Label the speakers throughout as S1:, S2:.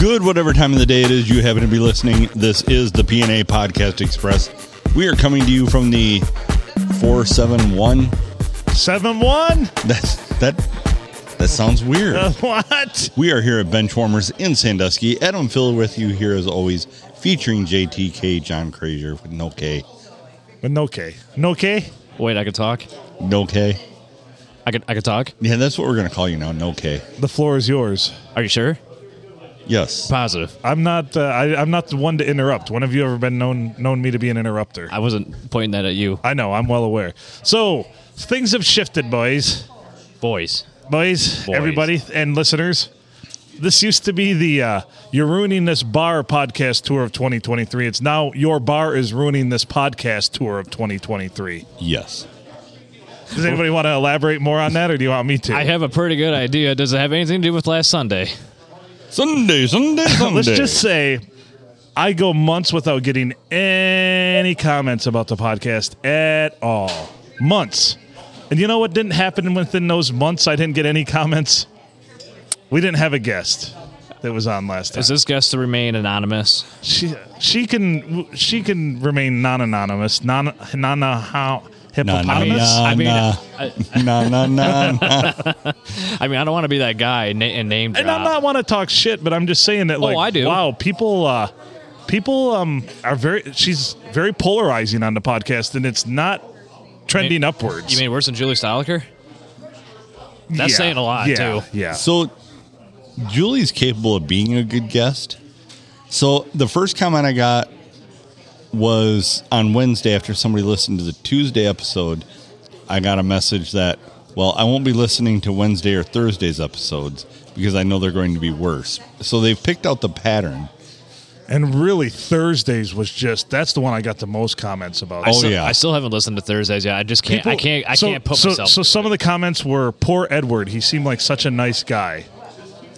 S1: good whatever time of the day it is you happen to be listening. This is the PNA Podcast Express. We are coming to you from the 471.
S2: 7 1?
S1: That's that that sounds weird.
S2: What?
S1: We are here at Benchwarmers in Sandusky. Adam Phil with you here as always, featuring JTK John Crazier with no K.
S2: But no K. No K?
S3: Wait, I could talk.
S1: No K.
S3: I could. I could talk.
S1: Yeah, that's what we're gonna call you now, no K.
S2: The floor is yours.
S3: Are you sure?
S1: Yes.
S3: Positive.
S2: I'm not. Uh, I, I'm not the one to interrupt. When have you ever been known known me to be an interrupter?
S3: I wasn't pointing that at you,
S2: I know. I'm well aware. So things have shifted, boys,
S3: boys.
S2: boys,
S3: Boys.
S2: everybody, and listeners. This used to be the uh, "You're Ruining This Bar" podcast tour of 2023. It's now "Your Bar is Ruining This Podcast" tour of 2023.
S1: Yes.
S2: Does anybody want to elaborate more on that, or do you want me to?
S3: I have a pretty good idea. Does it have anything to do with last Sunday?
S1: Sunday, Sunday, Sunday.
S2: Let's just say I go months without getting any comments about the podcast at all. Months. And you know what didn't happen within those months? I didn't get any comments. We didn't have a guest that was on last time.
S3: Is this guest to remain anonymous?
S2: she she can she can remain non anonymous, non non how
S1: Na, na,
S2: hippopotamus.
S1: na,
S3: I mean,
S2: uh,
S1: na. Na, na, na, na.
S3: I mean, I don't want to be that guy na- and name drop.
S2: And I'm not want to talk shit, but I'm just saying that like
S3: Oh, I do.
S2: wow, people uh people um are very she's very polarizing on the podcast and it's not trending upwards.
S3: You mean worse than Julie Stoliker? That's
S2: Yeah,
S3: saying a lot
S2: yeah,
S3: too.
S2: Yeah.
S1: So Julie's capable of being a good guest. So the first comment I got was on Wednesday after somebody listened to the Tuesday episode. I got a message that, well, I won't be listening to Wednesday or Thursday's episodes because I know they're going to be worse. So they've picked out the pattern.
S2: And really Thursdays was just that's the one I got the most comments about.
S3: I
S1: Oh,
S3: still,
S1: yeah.
S3: I still haven't listened to Thursdays yet. I just can't. I
S2: People-
S3: can't. I
S2: so-
S3: can't put
S2: so,
S3: myself.
S2: So some of the comments were poor Edward. He seemed like such a nice guy.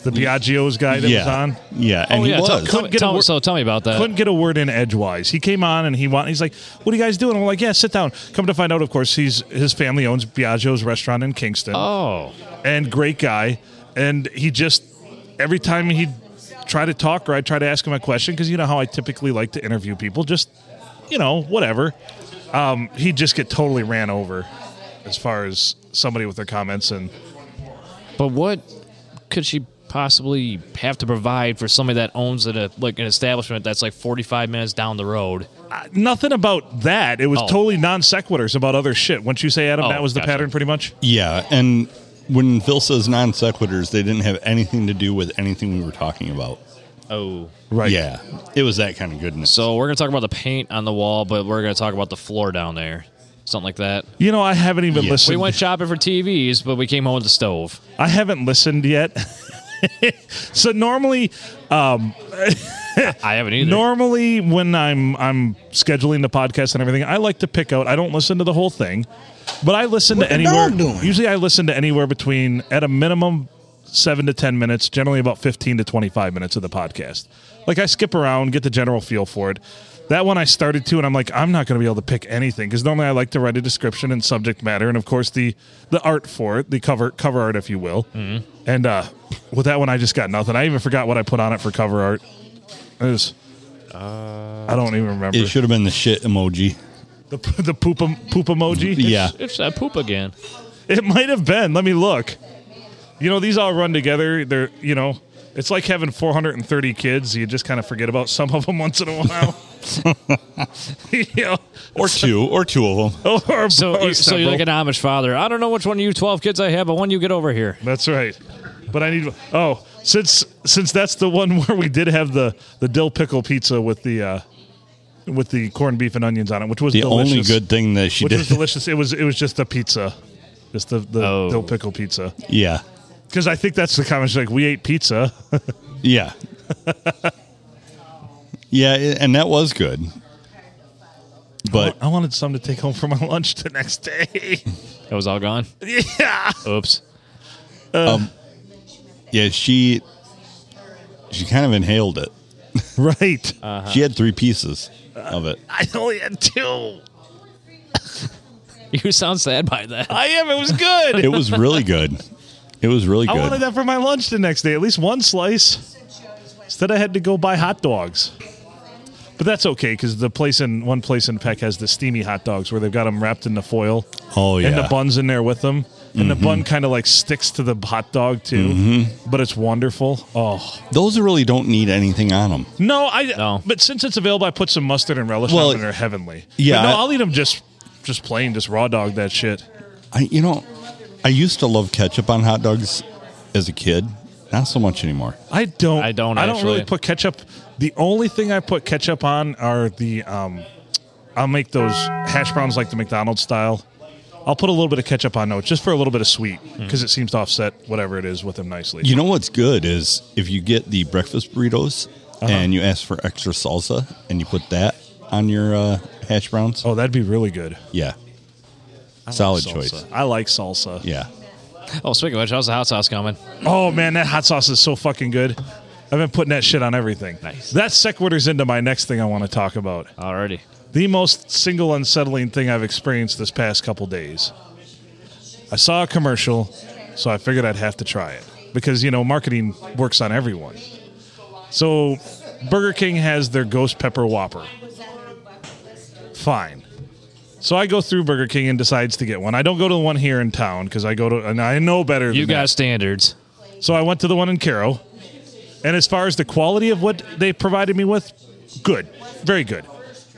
S2: The Biagio's guy that was
S1: yeah.
S2: on.
S1: Yeah. And
S3: oh, yeah,
S1: he
S3: tell-
S1: was.
S3: tell me-
S2: Couldn't get a
S3: tell-
S2: wor-
S3: so tell me about that.
S2: couldn't get a word in edgewise. He came on and he want, he's like, "What are you guys doing?" I'm like, "Yeah, sit down." Come to find out, of course, he's his family owns Biagio's restaurant in Kingston,
S3: oh,
S2: and great guy. And he just every time he would try to talk or I try to ask him a question because you know how I typically like to interview people, just you know whatever. Um, he just get totally ran over as far as somebody with their comments and
S3: but what could she possibly have to provide for somebody that owns an, like an establishment that's like 45 minutes down the road?
S2: uh, nothing about that. It was
S3: Oh.
S2: totally non sequiturs about other shit. Once you say Adam,
S3: Oh,
S2: that was the
S3: gotcha.
S2: pattern pretty much.
S1: Yeah. And when Phil says non sequiturs, they didn't have anything to do with anything we were talking about.
S3: Oh.
S2: Right.
S1: Yeah. It was that kind of goodness.
S3: So we're gonna talk about the paint on the wall, but we're gonna talk about the floor down there, something like that.
S2: You know, I haven't even
S1: Yeah.
S2: listened.
S3: We went shopping for TVs, but we came home with the stove.
S2: I haven't listened yet. so normally,
S3: I haven't either.
S2: normally when I'm I'm scheduling the podcast and everything, I like to pick out. I don't listen to the whole thing, but I listen to
S4: the
S2: anywhere.
S4: dog doing?
S2: Usually, I listen to anywhere between at a minimum seven to ten minutes. Generally, about fifteen to twenty five minutes of the podcast. Like I skip around, get the general feel for it. That one I started to, and I'm like, I'm not going to be able to pick anything because normally I like to write a description and subject matter, and of course the the art for it, the cover cover art, if you will. And uh, with that one, I just got nothing. I even forgot what I put on it for cover art. It was,
S3: Uh,
S2: I don't even remember
S1: it should have been the shit emoji.
S2: the the poop em- poop emoji.
S1: Yeah.
S3: It's that poop again.
S2: it might have been. Let me look. You know, these all run together. They're you know, it's like having 430 kids. You just kind of forget about some of them once in a while. you know,
S1: or two, or two of them.
S2: or,
S3: So,
S2: or
S3: you, so you're
S2: several.
S3: like an Amish father. I don't know which one of you 12 kids I have, but when you get over here,
S2: That's right. But I need oh since since that's the one where we did have the the dill pickle pizza with the uh with the corned beef and onions on it, which was
S1: The
S2: delicious,
S1: only good thing that she
S2: which was
S1: did.
S2: delicious. It was it was just a pizza, just the the
S3: Oh.
S2: dill pickle pizza.
S1: yeah.
S2: Because I think that's the comment she's like we ate pizza.
S1: Yeah. yeah, i- and that was good. But
S2: I wanted some to take home for my lunch the next day.
S3: it was all gone.
S2: yeah,
S3: Oops.
S1: yeah, she she kind of inhaled it.
S2: right.
S1: She had three pieces of it.
S2: I only had two.
S3: You sound sad by that.
S2: I am. It was good.
S1: It was really good. It was really
S2: I wanted
S1: good.
S2: that for my lunch the next day. At least one slice. Instead, I had to go buy hot dogs. But that's okay because the place in one place in Peck has the steamy hot dogs where they've got them wrapped in the foil.
S1: Oh,
S2: And the
S1: yeah. Mm-hmm.
S2: bun's in there with them, and the bun kind of like sticks to the hot dog too. But it's wonderful. Oh
S1: Those really don't need anything on them.
S2: no, I.
S3: No.
S2: But since it's available, I put some mustard and relish
S1: Well,
S2: on them. and They're heavenly.
S1: yeah,
S2: But no,
S1: I-
S2: I'll eat them just just plain, just raw dog that shit.
S1: I, you know, I used to love ketchup on hot dogs as a kid. Not so much anymore.
S2: I don't.
S3: I don't,
S2: I don't really
S3: actually.
S2: put ketchup. The only thing I put ketchup on are the. Um, I'll make those hash browns like the McDonald's style. I'll put a little bit of ketchup on those just for a little bit of sweet because it seems to offset whatever it is with them nicely.
S1: Mm. You know what's good is if you get the breakfast burritos and you ask for extra salsa and you put that on your uh, hash browns.
S2: Oh, that'd be really good.
S1: Yeah. Solid
S2: Salsa.
S1: choice.
S2: I like salsa.
S1: Yeah.
S3: Oh, speaking of which, how's the hot sauce coming?
S2: Oh man, that hot sauce is so fucking good. I've been putting that shit on everything.
S3: Nice.
S2: That sequiturs into my next thing I want to talk about.
S3: Alrighty.
S2: the most single unsettling thing I've experienced this past couple days. I saw a commercial, so I figured I'd have to try it because, you know, marketing works on everyone. So Burger King has their ghost pepper whopper. Fine. So I go through Burger King and decides to get one. I don't go to the one here in town because I go to and I know better.
S3: You
S2: than that.
S3: got standards.
S2: So I went to the one in Caro. And as far as the quality of what they provided me with, good. Very good.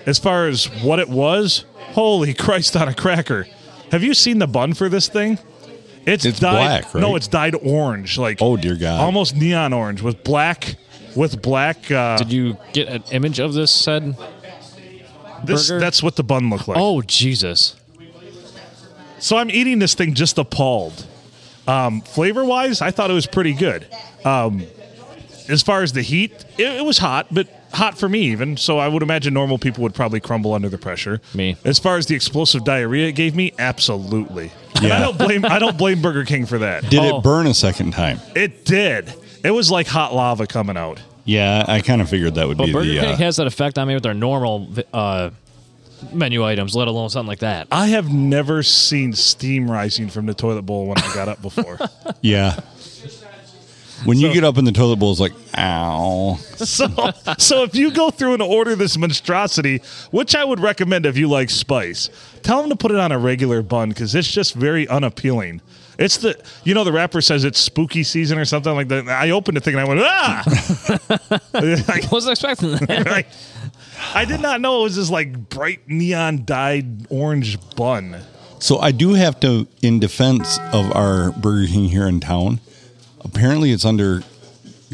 S2: As far as what it was, holy Christ on a cracker. Have you seen the bun for this thing? It's,
S1: It's
S2: dyed,
S1: black, right?
S2: No, it's dyed orange. Like
S1: Oh, dear God.
S2: Almost neon orange with black with black uh
S3: Did you get an image of this said?
S2: this
S3: burger?
S2: that's what the bun looked like.
S3: Oh Jesus!
S2: So I'm eating this thing just appalled. Um, flavor wise, I thought it was pretty good. Um, as far as the heat, it, it was hot, but hot for me even. So I would imagine normal people would probably crumble under the pressure.
S3: Me.
S2: As far as the explosive diarrhea it gave me, absolutely. And I
S1: Yeah.
S2: don't blame I don't blame Burger King for that.
S1: Did
S3: Oh.
S1: it burn a second time?
S2: It did. It was like hot lava coming out.
S1: Yeah, I kind of figured that would
S3: But
S1: be
S3: Oh, Burger
S1: the.
S3: King
S1: Uh,
S3: has that effect on me with their normal uh, menu items, let alone something like that.
S2: I have never seen steam rising from the toilet bowl when I got up before.
S1: yeah. When you get up in the toilet bowl, it's like, ow.
S2: So, so if you go through and order this monstrosity, which I would recommend if you like spice, tell them to put it on a regular bun because it's just very unappealing. It's the you know the rapper says it's spooky season or something like that. I opened the thing and I went ah. Like,
S3: Wasn't expecting that.
S2: like, I did not know it was this like bright neon dyed orange bun.
S1: So I do have to, in defense of our Burger King here in town, apparently it's under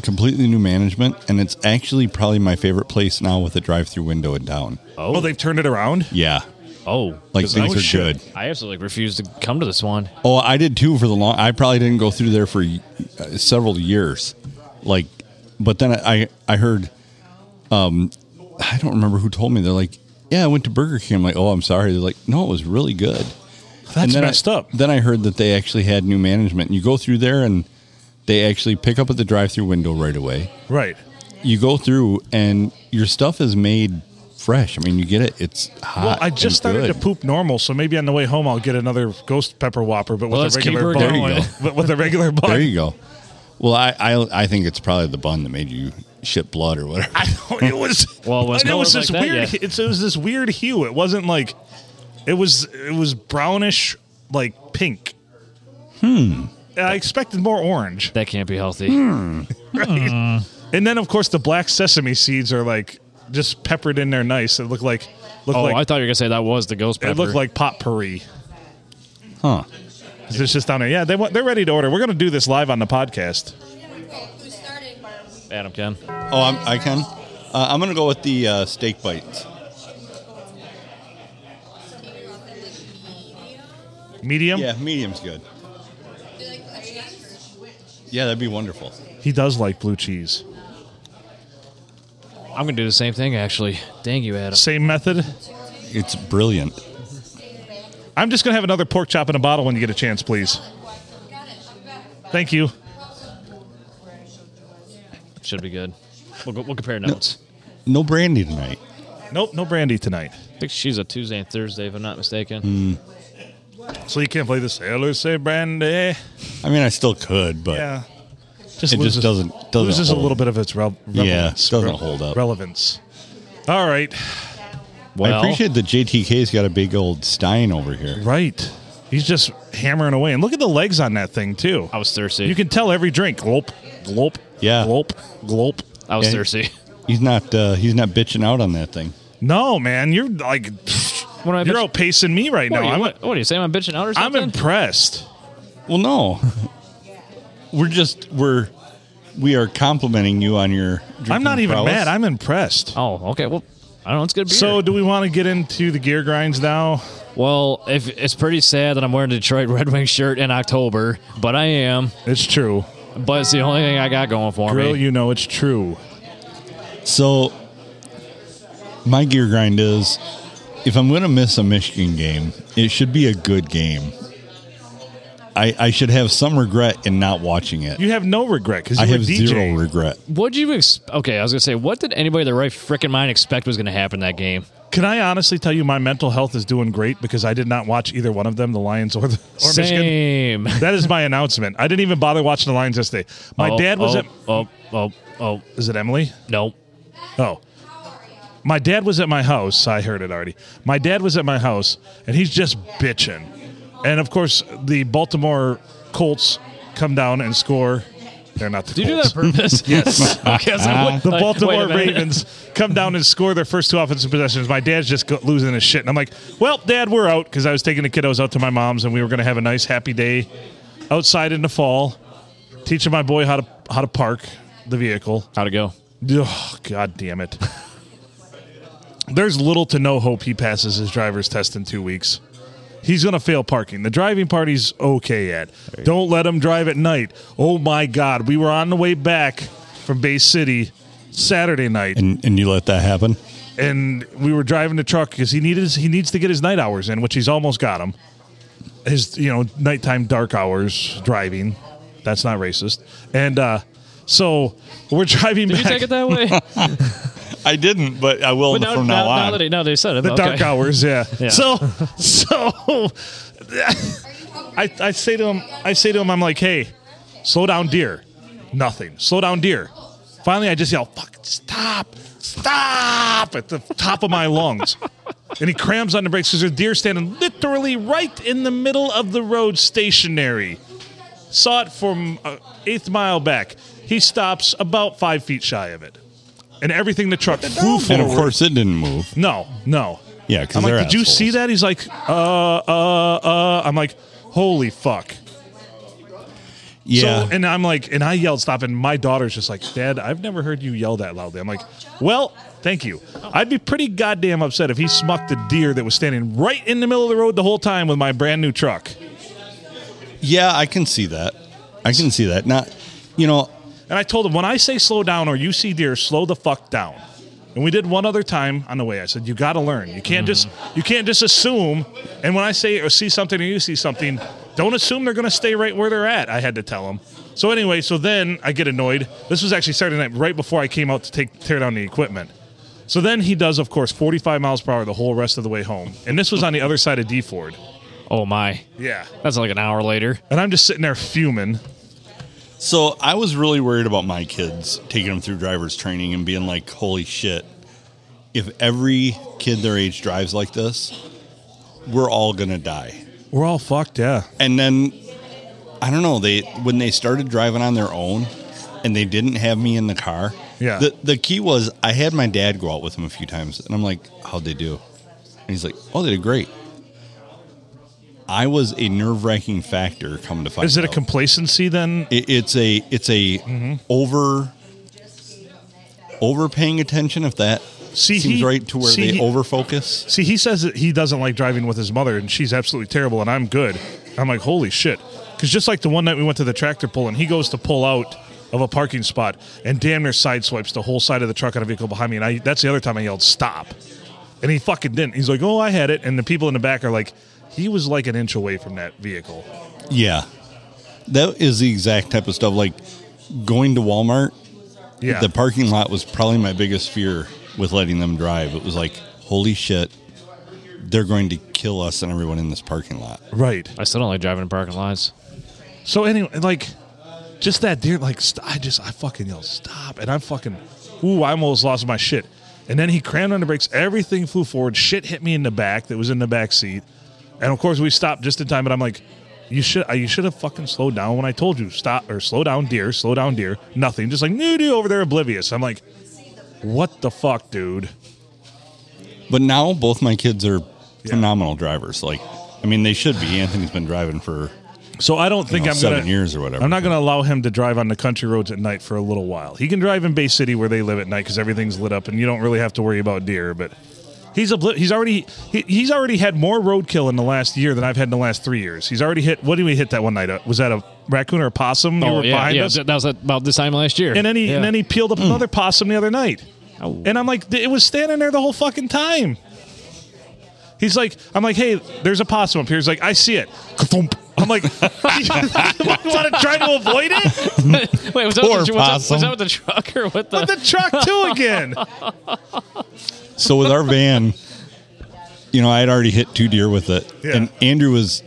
S1: completely new management, and it's actually probably my favorite place now with a drive-through window in town.
S2: Oh, they've turned it around.
S1: Yeah,
S3: Oh,
S1: like
S2: I
S1: things are
S2: was sure-
S1: good.
S3: I absolutely refuse to come to this one.
S1: Oh, I did too for the long. I probably didn't go through there for uh, several years, like. But then I I heard, um, I don't remember who told me. They're like, yeah, I went to Burger King. I'm like, oh, I'm sorry. They're like, no, it was really good.
S2: That's
S1: then
S2: messed
S1: I,
S2: up.
S1: Then I heard that they actually had new management. You go through there and they actually pick up at the drive-through window right away.
S2: Right.
S1: You go through and your stuff is made fresh. I mean, you get it. It's hot.
S2: Well, I just
S1: and
S2: started
S1: good.
S2: to poop normal, so maybe on the way home I'll get another ghost pepper whopper, but with
S3: Well,
S2: a
S3: let's keep
S2: regular
S3: her
S2: bun.
S1: going. There you
S2: But with a regular bun.
S1: There you go. Well, I, I I think it's probably the bun that made you shit blood or whatever.
S2: I don't, it was
S3: Well, it was
S2: and it was
S3: colored
S2: this
S3: like that,
S2: weird.
S3: yeah.
S2: It's, it was this weird hue. It wasn't like it was. It was brownish, like pink. Hmm. I expected more orange,
S3: That can't be healthy.
S2: right? And then of course the black sesame seeds are like just peppered in there. Nice. It looked like looked
S3: Oh, I
S2: like
S3: thought you were gonna say that was the ghost pepper.
S2: it looked like potpourri.
S1: Huh.
S2: It's just down there. Yeah, they want, they're ready to order. We're gonna do this live on the podcast.
S4: Who started?
S3: Adam Ken.
S1: Oh, I'm, I can. Uh, I'm gonna go with the uh, steak bites.
S2: Medium.
S1: Yeah, medium's good. Yeah, that'd be wonderful.
S2: He does like blue cheese.
S3: I'm gonna do the same thing actually. Dang you, Adam.
S2: Same method.
S1: It's brilliant.
S2: I'm just gonna have another pork chop in a bottle when you get a chance, please. Thank you.
S3: Should be good. We'll, go, we'll compare notes.
S1: No brandy tonight.
S2: Nope, no brandy tonight.
S3: I think she's a Tuesday and Thursday, if I'm not mistaken.
S1: Hmm.
S2: So you can't play the sailors say brandy.
S1: I mean, I still could, but
S2: Yeah. Just just
S1: It just
S2: loses,
S1: doesn't- doesn't
S2: loses a
S1: hold.
S2: little bit of its rel- relevance.
S1: Yeah, doesn't
S2: rel-
S1: hold up.
S2: relevance. All right,
S1: I
S3: Well-
S1: appreciate that JTK's got a big old Stein over here.
S2: right. He's just hammering away, and look at the legs on that thing too.
S3: I was thirsty.
S2: You can tell every drink. Glop, glop,
S1: Yeah.
S2: glop, glop.
S3: I was
S1: Yeah.
S3: thirsty.
S1: He's not uh, he's not bitching out on that thing.
S2: No, man, you're like
S3: What am I
S2: you're
S3: bitching-
S2: outpacing me right
S3: What,
S2: now.
S3: are you,
S2: I'm
S3: what, what are you saying? I'm bitching out or
S2: I'm
S3: something?
S2: impressed.
S1: Well, no, we're just we're we are complimenting you on your.
S2: I'm not
S1: drinking
S2: even
S1: prowess.
S2: mad. I'm impressed.
S3: oh, okay. Well, I don't know. It's good beer.
S2: So, do we want to get into the gear grinds now?
S3: well, if, it's pretty sad that I'm wearing a Detroit Red Wings shirt in October, but I am.
S2: It's true.
S3: But it's the only thing I got going for
S2: Grill,
S3: me.
S2: you know it's true.
S1: So my gear grind is if I'm going to miss a Michigan game, it should be a good game. I, I should have some regret in not watching it.
S2: You have no regret because you
S1: I
S2: were
S1: have
S2: DJing.
S1: zero regret.
S3: What did you ex- Okay, I was gonna say, what did anybody in their right freaking mind expect was gonna happen that game?
S2: Can I honestly tell you my mental health is doing great because I did not watch either one of them, the Lions or the or Michigan.
S3: Same.
S2: That is my announcement. I didn't even bother watching the Lions yesterday. My
S3: Oh,
S2: dad was
S3: oh,
S2: at
S3: Oh, oh, oh,
S2: is it Emily?
S3: no.
S2: Oh. My dad was at my house. I heard it already. My dad was at my house and he's just bitching. And of course, the Baltimore Colts come down and score. They're not the
S3: Did you do
S2: Colts.
S3: that on purpose? yes. Okay, so what-
S2: the
S3: like, wait
S2: Baltimore
S3: a minute.
S2: Ravens come down and score their first two offensive possessions. My dad's just go- losing his shit, and I'm like, "Well, Dad, we're out" because I was taking the kiddos out to my mom's, and we were going to have a nice, happy day outside in the fall, teaching my boy how to how to park the vehicle.
S3: How'd it go?
S2: Ugh, God damn it! There's little to no hope he passes his driver's test in two weeks. He's going to fail parking. The driving party's okay at. Don't let him drive at night. Oh my God. We were on the way back from Bay City Saturday night
S1: And, and you let that happen?
S2: and we were driving the truck because he needed his, he needs to get his night hours in, which he's almost got them. His you know nighttime dark hours driving, that's not racist. And uh, so we're driving
S3: Did
S2: back
S3: you take it that way? but
S1: I didn't, but I will
S3: now,
S1: from now,
S3: now, now
S1: on.
S3: that he, now that he said it,
S2: the
S3: okay.
S2: dark hours. Yeah.
S3: Yeah.
S2: So so I, I say to him, I say to him, I'm like, hey, slow down, deer. Nothing. Slow down, deer. Finally, I just yell, fuck, stop, stop at the top of my lungs. and he crams on the brakes because there's a deer standing literally right in the middle of the road, stationary. Saw it from uh, eighth mile back. He stops about five feet shy of it. And everything the truck flew
S1: and of
S2: forward.
S1: course, it didn't move.
S2: No, no.
S1: Yeah, 'cause
S2: I'm like,
S1: they're
S2: did you see
S1: assholes."
S2: that? He's like, uh, uh, uh. I'm like, holy fuck.
S1: Yeah.
S2: So, and I'm like, and I yelled stop, and my daughter's just like, Dad, I've never heard you yell that loudly. I'm like, well, thank you. I'd be pretty goddamn upset if he smucked a deer that was standing right in the middle of the road the whole time with my brand new truck.
S1: yeah, I can see that. I can see that. Not, you know,
S2: And I told him, when I say slow down or you see deer, slow the fuck down. And we did one other time on the way. I said, you got to learn. You can't just you can't just assume. And when I say or see something or you see something, don't assume they're going to stay right where they're at. I had to tell him. So anyway, so then I get annoyed. This was actually Saturday night, right before I came out to take tear down the equipment. So then he does, of course, 45 miles per hour the whole rest of the way home. And this was on the other side of D Ford.
S3: Oh my.
S2: Yeah.
S3: That's like an hour later.
S2: And I'm just sitting there fuming.
S1: So I was really worried about my kids taking them through driver's training and being like, holy shit, if every kid their age drives like this, we're all gonna die.
S2: We're all fucked, yeah.
S1: And then I don't know, they when they started driving on their own and they didn't have me in the car.
S2: Yeah.
S1: The the key was I had my dad go out with them a few times and I'm like, How'd they do? And he's like, Oh, they did great. I was a nerve wracking factor come to find
S2: Is it a
S1: out.
S2: complacency then?
S1: it, it's a it's a
S2: Mm-hmm.
S1: over over paying attention if that
S2: See,
S1: seems
S2: he-
S1: right to where
S2: see,
S1: they
S2: he-
S1: over overfocus
S2: See, he says that he doesn't like driving with his mother, and she's absolutely terrible, and I'm good. I'm like, holy shit. Because just like the one night we went to the tractor pull, and he goes to pull out of a parking spot, and damn near sideswipes the whole side of the truck on a vehicle behind me. And I that's the other time I yelled, stop. And he fucking didn't. He's like, oh, I had it. And the people in the back are like, he was like an inch away from that vehicle.
S1: yeah that is the exact type of stuff like going to walmart
S2: Yeah.
S1: the parking lot was probably my biggest fear with letting them drive it was like holy shit they're going to kill us and everyone in this parking lot
S2: right.
S3: I still don't like driving in parking lots.
S2: So anyway, like just that deer, like st- I just I fucking yelled stop, and I'm fucking, ooh, I almost lost my shit. And then he crammed on the brakes. Everything flew forward. Shit hit me in the back that was in the back seat, and of course we stopped just in time. But I'm like, you should uh, you should have fucking slowed down when I told you stop or slow down, deer, slow down, deer. Nothing, just like no, dude, over there oblivious. I'm like, what the fuck, dude?
S1: But now both my kids are phenomenal drivers. Like, I mean, they should be. Anthony's been driving for
S2: So I don't think
S1: know,
S2: I'm
S1: seven
S2: gonna,
S1: years or whatever.
S2: I'm not going to allow him to drive on the country roads at night for a little while. He can drive in Bay City where they live at night because everything's lit up and you don't really have to worry about deer. But he's a he's already he, he's already had more roadkill in the last year than I've had in the last three years. He's already hit. What did we hit that one night? Uh, was that a raccoon or a possum? you
S3: Oh,
S2: were
S3: yeah,
S2: behind
S3: yeah.
S2: us.
S3: That was about this time last year.
S2: And then he
S3: yeah. Mm.
S2: and then he peeled up another possum the other night.
S3: Oh.
S2: And I'm like, it was standing there the whole fucking time. He's like, I'm like, hey, there's a possum up here. He's like, I see it. Ka-thump. I'm like, you want to try to avoid it?
S3: Wait, was that,
S1: Poor
S3: with the, was, that,
S1: possum.
S3: was that with the truck or what the?
S2: The truck too again.
S1: So with our van, you know, I had already hit two deer with it,
S2: Yeah.
S1: and Andrew was,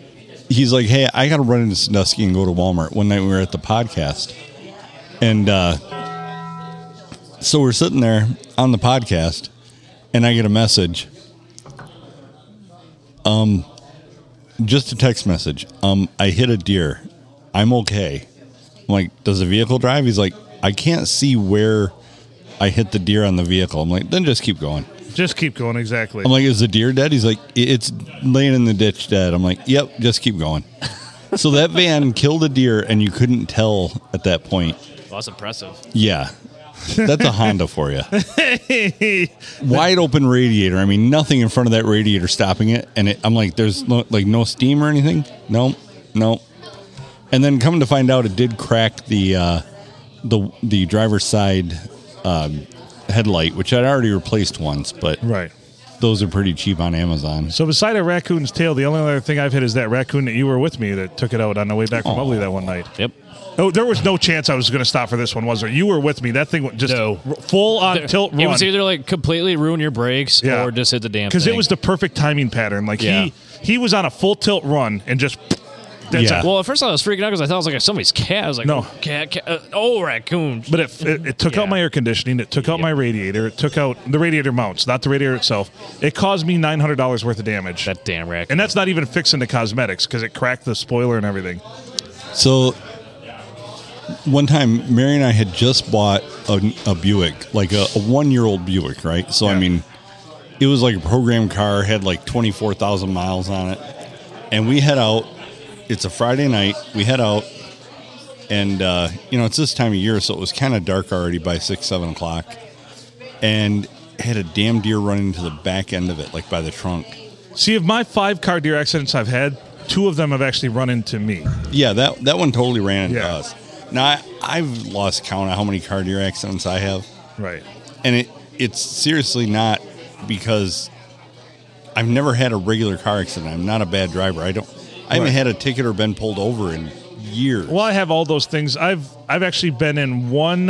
S1: he's like, "Hey, I got to run into Sandusky and go to Walmart." One night we were at the podcast, and uh, so we're sitting there on the podcast, and I get a message, um, just a text message. Um, I hit a deer. I'm okay. I'm like, does the vehicle drive? He's like, I can't see where I hit the deer on the vehicle. I'm like, then just keep going.
S2: Just keep going. Exactly.
S1: I'm like, is the deer dead? He's like, "I- it's laying in the ditch dead. I'm like, yep, just keep going. so that van killed a deer, and you couldn't tell at that point.
S3: Well, that's impressive.
S1: Yeah, that's a Honda for you.
S2: yeah,
S1: Wide open radiator. I mean, nothing in front of that radiator stopping it. And it, I'm like, there's no, like no steam or anything. No, no. And then coming to find out, it did crack the uh, the the driver's side um, headlight, which I'd already replaced once, but
S2: right.
S1: those are pretty cheap on Amazon.
S2: So beside a raccoon's tail, the only other thing I've hit is that raccoon that you were with me that took it out on the way back from Ugly that one night.
S3: Yep.
S2: Oh, there was no chance I was going to stop for this one, was there? You were with me. That thing went just
S3: No.
S2: r- full on tilt. Run.
S3: It was either like completely ruin your brakes
S2: Yeah.
S3: or just hit the damn.
S2: because it
S3: thing.
S2: was the perfect timing pattern. Like
S3: Yeah.
S2: he he was on a full tilt run and just that's
S1: Yeah.
S2: it.
S3: Well, at first I was freaking out because I thought it was like somebody's cat. I was like,
S2: No.
S3: no, cat, cat uh, oh, raccoon.
S2: But it, it, it took
S3: Yeah.
S2: out my air conditioning. It took out my radiator. It took out the radiator mounts, not the radiator itself. It caused me nine hundred dollars worth of damage,
S3: that damn raccoon.
S2: and that's not even fixing the cosmetics because it cracked the spoiler and everything.
S1: So one time, Mary and I had just bought a, a Buick, like a, a one-year-old Buick, right? So
S2: Yeah.
S1: I mean, it was like a program car, had like twenty-four thousand miles on it, and we head out. It's a Friday night. We head out, and uh, you know it's this time of year, so it was kind of dark already by six, seven o'clock, and had a damn deer run into the back end of it, like by the trunk.
S2: See, of my five car deer accidents I've had, two of them have actually run into me.
S1: Yeah, that that one totally ran into
S2: Yeah.
S1: us. Now I, I've lost count of how many car deer accidents I have,
S2: Right.
S1: and it it's seriously not because I've never had a regular car accident. I'm not a bad driver. I don't. I haven't
S2: Right.
S1: had a ticket or been pulled over in years.
S2: Well, I have all those things. I've I've actually been in one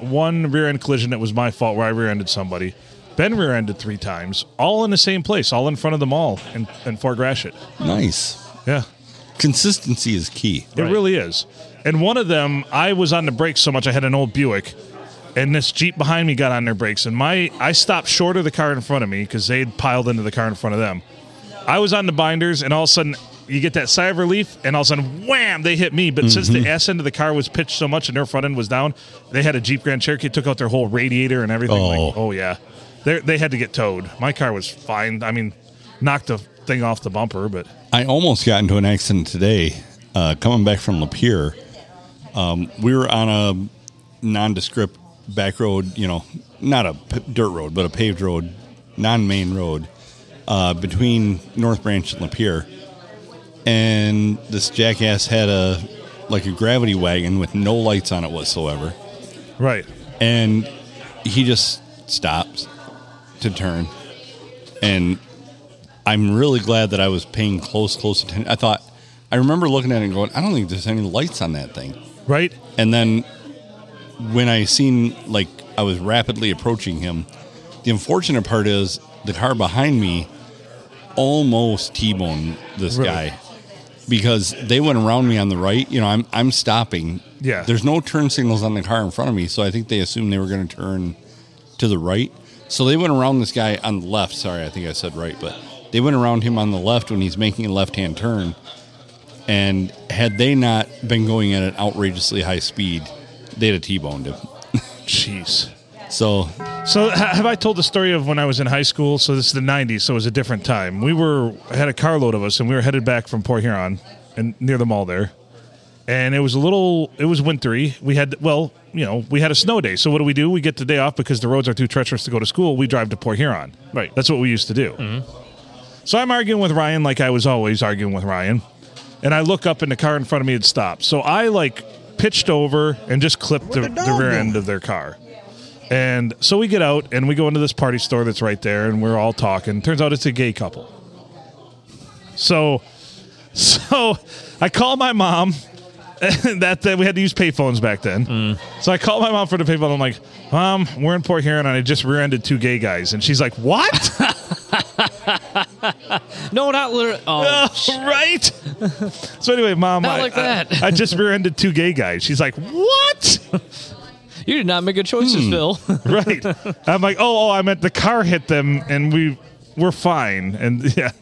S2: one rear end collision that was my fault where I rear ended somebody. Been rear ended three times, all in the same place, all in front of the mall in, in Fort Gratiot.
S1: Nice.
S2: Yeah.
S1: Consistency is key.
S2: It really is. And one of them, I was on the brakes so much I had an old Buick, and this Jeep behind me got on their brakes, and my I stopped short of the car in front of me because they'd piled into the car in front of them. I was on the binders, and all of a sudden you get that sigh of relief, and all of a sudden, wham, they hit me. But since the S end of the car was pitched so much and their front end was down, they had a Jeep Grand Cherokee took out their whole radiator and everything.
S1: Oh.
S2: Like, oh yeah, they they had to get towed. My car was fine. I mean, knocked the thing off the bumper, but
S1: I almost got into an accident today uh, coming back from Lapeer. Um, we were on a nondescript back road, you know, not a p- dirt road, but a paved road, non main road uh, between North Branch and Lapeer. And this jackass had a like a gravity wagon with no lights on it whatsoever
S2: right.
S1: and he just stops to turn and i'm really glad that i was paying close close attention i thought i remember looking at it and going i don't think there's any lights on that thing
S2: Right?
S1: and then when i seen like i was rapidly approaching him the unfortunate part is the car behind me almost t-boned this
S2: Really?
S1: guy because they went around me on the right. You know, I'm I'm stopping.
S2: Yeah.
S1: There's no turn signals on the car in front of me, so I think they assumed they were going to turn to the right. So they went around this guy on the left. Sorry, I think I said right, but they went around him on the left when he's making a left-hand turn. And had they not been going at an outrageously high speed, they'd have t-boned him.
S2: Jeez.
S1: So
S2: So ha- have I told the story of when I was in high school? So this is the '90s, so it was a different time. We were had a carload of us, and we were headed back from Port Huron and near the mall there. And it was a little, it was wintry. We had, well, you know, we had a snow day. So what do we do? We get the day off because the roads are too treacherous to go to school. We drive to Port Huron.
S3: Right.
S2: That's what we used to do. So I'm arguing with Ryan like I was always arguing with Ryan. And I look up and the car in front of me had stopped. So I like pitched over and just clipped the, the rear end of their car. And so we get out and we go into this party store that's right there and we're all talking. Turns out it's a gay couple. So so I call my mom. that that we had to use payphones back then.
S3: Mm.
S2: So I called my mom for the payphone. I'm like, Mom, we're in Port Huron and I just rear ended two gay guys. And she's like, What?
S3: No, not literally. Oh,
S2: Oh, right? So anyway, mom,
S3: Not
S2: I,
S3: like
S2: I-
S3: that.
S2: I, just rear-ended two gay guys. She's like, "What?"
S3: you did not make good choices, Phil.
S2: right? I'm like, "Oh, oh, I meant the car hit them, and we were fine." And yeah,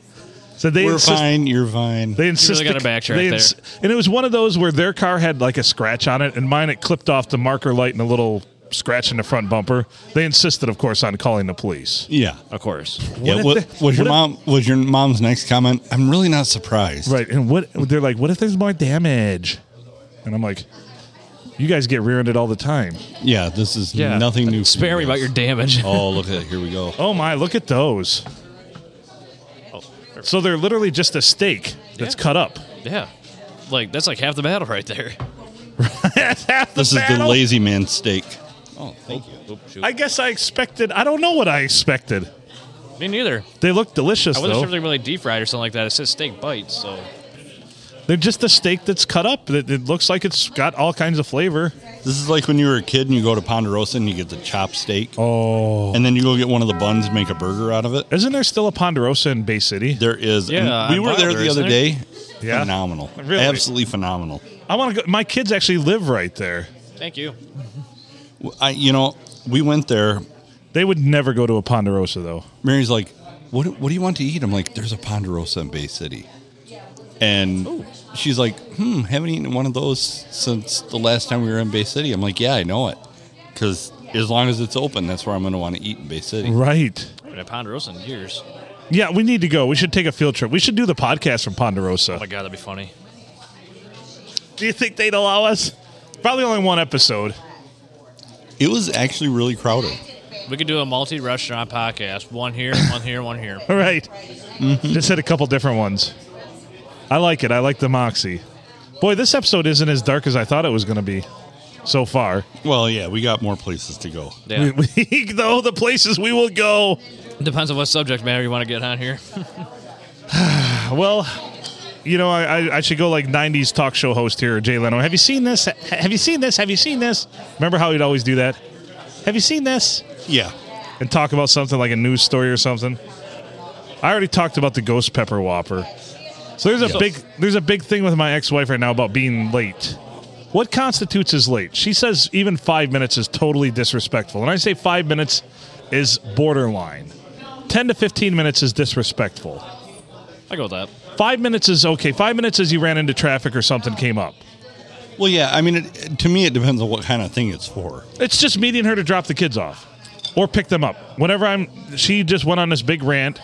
S2: so they
S1: we're
S2: insist-
S1: fine. You're fine.
S2: They insist.
S3: gotta
S2: the-
S3: backtrack
S2: they
S3: there.
S2: and it was one of those where their car had like a scratch on it, and mine it clipped off the marker light and a little scratch in the front bumper. They insisted, of course, on calling the police.
S1: yeah.
S3: of course.
S1: yeah.
S2: if
S1: What,
S2: they-
S1: was your
S2: what if-
S1: mom? Was your mom's next comment? I'm really not surprised.
S2: Right. And what they're like, what if there's more damage? And I'm like, you guys get rear-ended all the time.
S1: Yeah. This is
S3: Yeah.
S1: nothing new. for
S3: Spare
S1: you
S3: me about
S1: guys.
S3: your damage.
S1: Oh, look at that. Here we go.
S2: Oh my, look at those. So they're literally just a steak that's
S3: Yeah.
S2: cut up.
S3: Yeah. Like, that's like half the battle right there.
S1: This is the
S2: battle?
S1: lazy man steak. Oh, thank you.
S2: I guess I expected, I don't know what I expected.
S3: Me neither.
S2: They look delicious
S3: I wasn't
S2: though.
S3: sure if they were like deep fried or something like that. It says steak bites, so.
S2: They're just a steak that's cut up. It, it looks like it's got all kinds of flavor.
S1: This is like when you were a kid and you go to Ponderosa and you get the chopped steak,
S2: Oh.
S1: and then you go get one of the buns and make a burger out of it.
S2: Isn't there still a Ponderosa in Bay City?
S1: There is.
S3: Yeah,
S1: and we
S3: on
S1: were there
S3: Wilder,
S1: the
S3: isn't
S1: other
S3: there?
S1: day.
S2: Yeah?
S1: Phenomenal.
S2: Really?
S1: Absolutely phenomenal.
S2: I want to go. My kids actually live right there.
S3: Thank you.
S1: I, you know, we went there.
S2: They would never go to a Ponderosa though.
S1: Mary's like, "What? What do you want to eat?" I'm like, "There's a Ponderosa in Bay City," and she's like, "Hmm, haven't eaten one of those since the last time we were in Bay City." I'm like, "Yeah, I know it, because as long as it's open, that's where I'm going to want to eat in Bay City."
S2: Right.
S3: I haven't had Ponderosa in years. Oh
S2: Yeah, we need to go. We should take a field trip. We should do the podcast from Ponderosa.
S3: my god, that'd be funny.
S2: Do you think they'd allow us? Probably only one episode.
S1: It was actually really crowded.
S3: We could do a multi restaurant podcast. One here, one here, one here.
S2: All right. Just hit a couple different ones. I like it. I like the moxie. Boy, this episode isn't as dark as I thought it was going to be so far.
S1: Well, yeah, we got more places to go.
S3: Yeah.
S2: We- we- though, the places we will go.
S3: Depends on what subject matter you want to get on here.
S2: Well, you know, I, I, I should go like 90s talk show host here, Jay Leno. Have you seen this? Ha- Have you seen this? Have you seen this? Remember how he'd always do that? Have you seen this?
S1: Yeah,
S2: and talk about something like a news story or something. I already talked about the ghost pepper whopper. So there's a
S1: Yeah.
S2: big there's a big thing with my ex-wife right now about being late. What constitutes as late? She says even 5 minutes is totally disrespectful. And I say 5 minutes is borderline. 10 to 15 minutes is disrespectful.
S3: I go with that.
S2: 5 minutes is okay. 5 minutes is you ran into traffic or something came up.
S1: Well, yeah. I mean, it, to me, it depends on what kind of thing it's for.
S2: It's just meeting her to drop the kids off or pick them up. Whenever I'm, she just went on this big rant.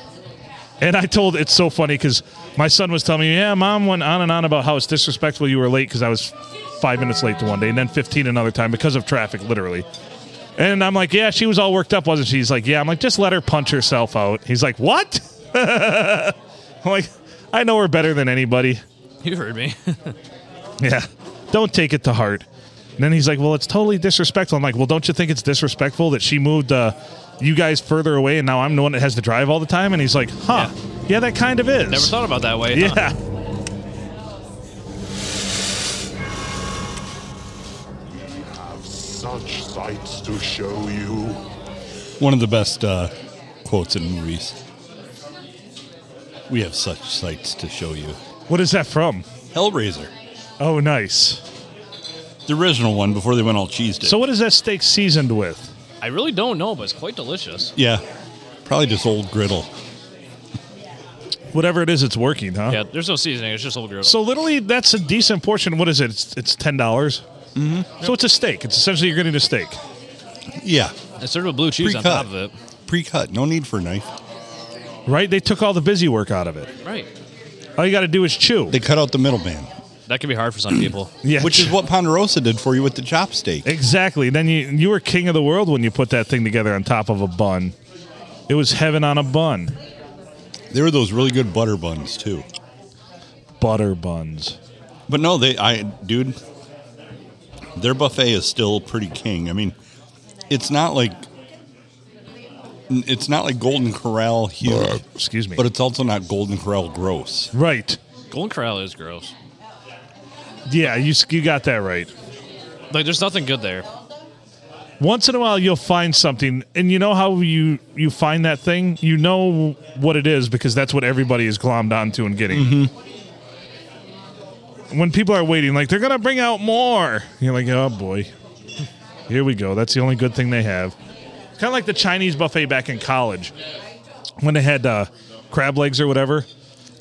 S2: And I told it's so funny because my son was telling me, yeah, mom went on and on about how it's disrespectful you were late because I was five minutes late to one day and then 15 another time because of traffic, literally. And I'm like, yeah, she was all worked up, wasn't she? He's like, yeah. I'm like, just let her punch herself out. He's like, what? I'm like, I know her better than anybody.
S3: You heard me.
S2: Yeah. Don't take it to heart. And then he's like, Well, it's totally disrespectful. I'm like, Well, don't you think it's disrespectful that she moved uh, you guys further away and now I'm the one that has to drive all the time? And he's like, Huh. Yeah, that kind of is.
S3: Never thought about it that way. huh?
S2: yeah.
S5: such sights to show you.
S1: One of the best uh, quotes in movies. We have such sights to show you.
S2: What is that from?
S1: Hellraiser,
S2: Oh, nice.
S1: the original one before they went all cheesed. It.
S2: So what is that steak seasoned with?
S3: I really don't know, but it's quite delicious.
S1: yeah, probably just old griddle.
S2: Whatever it is, it's working, huh?
S3: Yeah, there's no seasoning. It's just old griddle.
S2: So literally, that's a decent portion. What is it? It's, it's ten dollars. Mm-hmm. So it's a steak. It's essentially you're getting a steak.
S1: Yeah,
S3: I served with blue cheese on
S1: Pre-cut.
S3: top of it.
S1: pre-cut, no need for a knife.
S2: Right? They took all the busy work out of it.
S3: Right.
S2: All you got to do is chew.
S1: They cut out the middleman,
S3: That could be hard for some people.
S2: yeah,
S1: which is what Ponderosa did for you with the chopstick.
S2: exactly. Then you you were king of the world when you put that thing together on top of a bun. It was heaven on a bun.
S1: There were those really good butter buns too.
S2: Butter buns.
S1: But no, they, I, dude, their buffet is still pretty king. I mean, it's not like, it's not like Golden Corral huge,
S2: Excuse me.
S1: but it's also not Golden Corral gross.
S2: right.
S3: Golden Corral is gross.
S2: Yeah, you s- you got that right.
S3: Like, there's nothing good there.
S2: once in a while you'll find something and you know how you you find that thing you know what it is because that's what everybody is glommed onto and getting when people are waiting like they're gonna bring out more you're like oh boy here we go that's the only good thing they have it's kind of like the chinese buffet back in college when they had uh, crab legs or whatever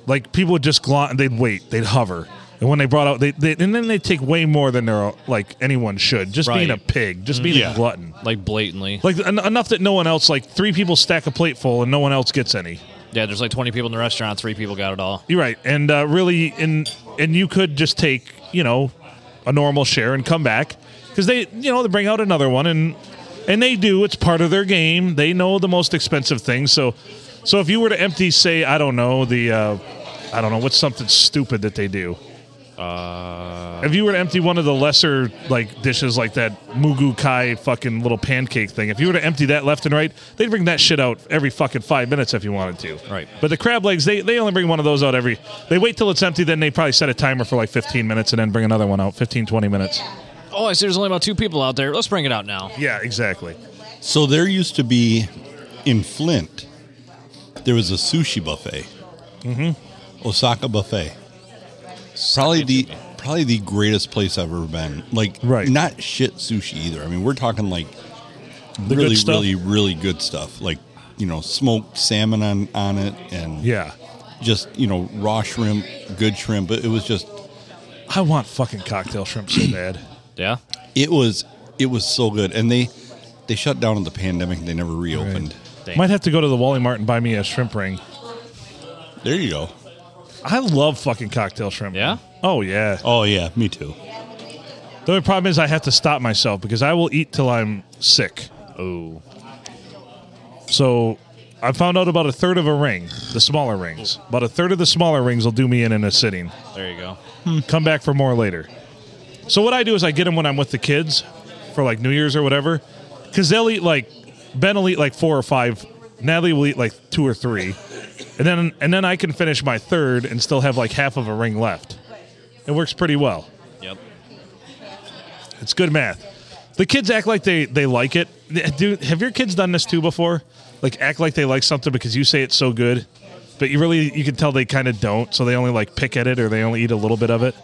S2: like people would just glom they'd wait they'd hover and when they brought out they, they and then they take way more than they're like anyone should just being a
S3: Right.
S2: pig just being
S1: Yeah.
S2: a glutton
S3: Like, blatantly.
S2: like en- enough that no one else, like three people stack a plate full and no one else gets any.
S3: Yeah, there's like 20 people in the restaurant. Three people got it all.
S2: You're right, and uh, really, and and you could just take you know a normal share and come back because they you know they bring out another one and and they do. It's part of their game. They know the most expensive things. So so if you were to empty, say I don't know the uh, I don't know what's something stupid that they do. Uh, if you were to empty one of the lesser like dishes, like that mugu kai fucking little pancake thing, if you were to empty that left and right, they'd bring that shit out every fucking five minutes if you wanted to.
S3: Right.
S2: But the crab legs, they, they only bring one of those out every. They wait till it's empty, then they probably set a timer for like 15 minutes and then bring another one out, 15, 20 minutes.
S3: Oh, I see there's only about two people out there. Let's bring it out now.
S2: Yeah, exactly.
S1: So there used to be in Flint, there was a sushi buffet, mm-hmm. Osaka buffet. Probably the probably the greatest place I've ever been. Like,
S2: Right.
S1: not shit sushi either. I mean, we're talking like
S2: good
S1: really,
S2: stuff?
S1: really, really good stuff. Like, you know, smoked salmon on on it, and
S2: Yeah.
S1: just you know raw shrimp, good shrimp. But it was just
S2: I want fucking cocktail shrimp so bad.
S3: Yeah.
S1: it was it was so good, and they they shut down in the pandemic. They never reopened.
S3: Dang.
S2: Might have to go to the Wally Mart and buy me a shrimp ring.
S1: There you go.
S2: I love fucking cocktail shrimp.
S3: Yeah?
S2: Oh, yeah.
S1: Oh yeah, me too.
S2: The only problem is I have to stop myself because I will eat till I'm sick.
S3: Oh.
S2: So I found out about a third of a ring, the smaller rings. About a third of the smaller rings will do me in in a sitting.
S3: There you go.
S2: Come back for more later. So what I do is I get them when I'm with the kids for like New Year's or whatever, because they'll eat like Ben will eat like four or five. Natalie will eat like two or three, and then and then I can finish my third and still have like half of a ring left. It works pretty well.
S3: Yep.
S2: It's good math. The kids act like they they like it. Dude, have your kids done this too before? Like act like they like something because you say it's so good, but you really you can tell they kind of don't. So they only like pick at it or they only eat a little bit of it.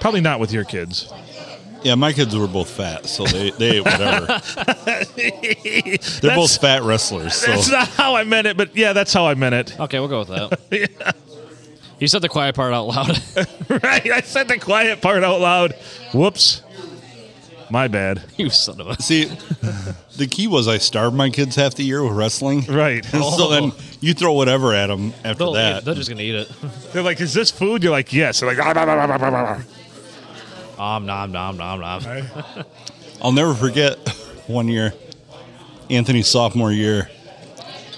S2: Probably not with your kids.
S1: Yeah, my kids were both fat, so they they ate whatever. They're both fat wrestlers, so
S2: That's not how I meant it, but yeah, that's how I meant it.
S3: Okay, we'll go with that. You said the quiet part out loud.
S2: right? I said the quiet part out loud. Whoops. My bad.
S3: you son of a.
S1: see. The key was I starved my kids half the year with wrestling.
S2: Right.
S1: So then you throw whatever at them after
S3: Oh. They'll eat-
S1: that.
S3: They're just going to eat it.
S2: They're like, "Is this food?" You're like, "Yes." They're like, "Ah, bah, bah, bah, bah, bah, bah."
S3: Om nom nom nom nom.
S1: I'll never forget one year, Anthony's sophomore year.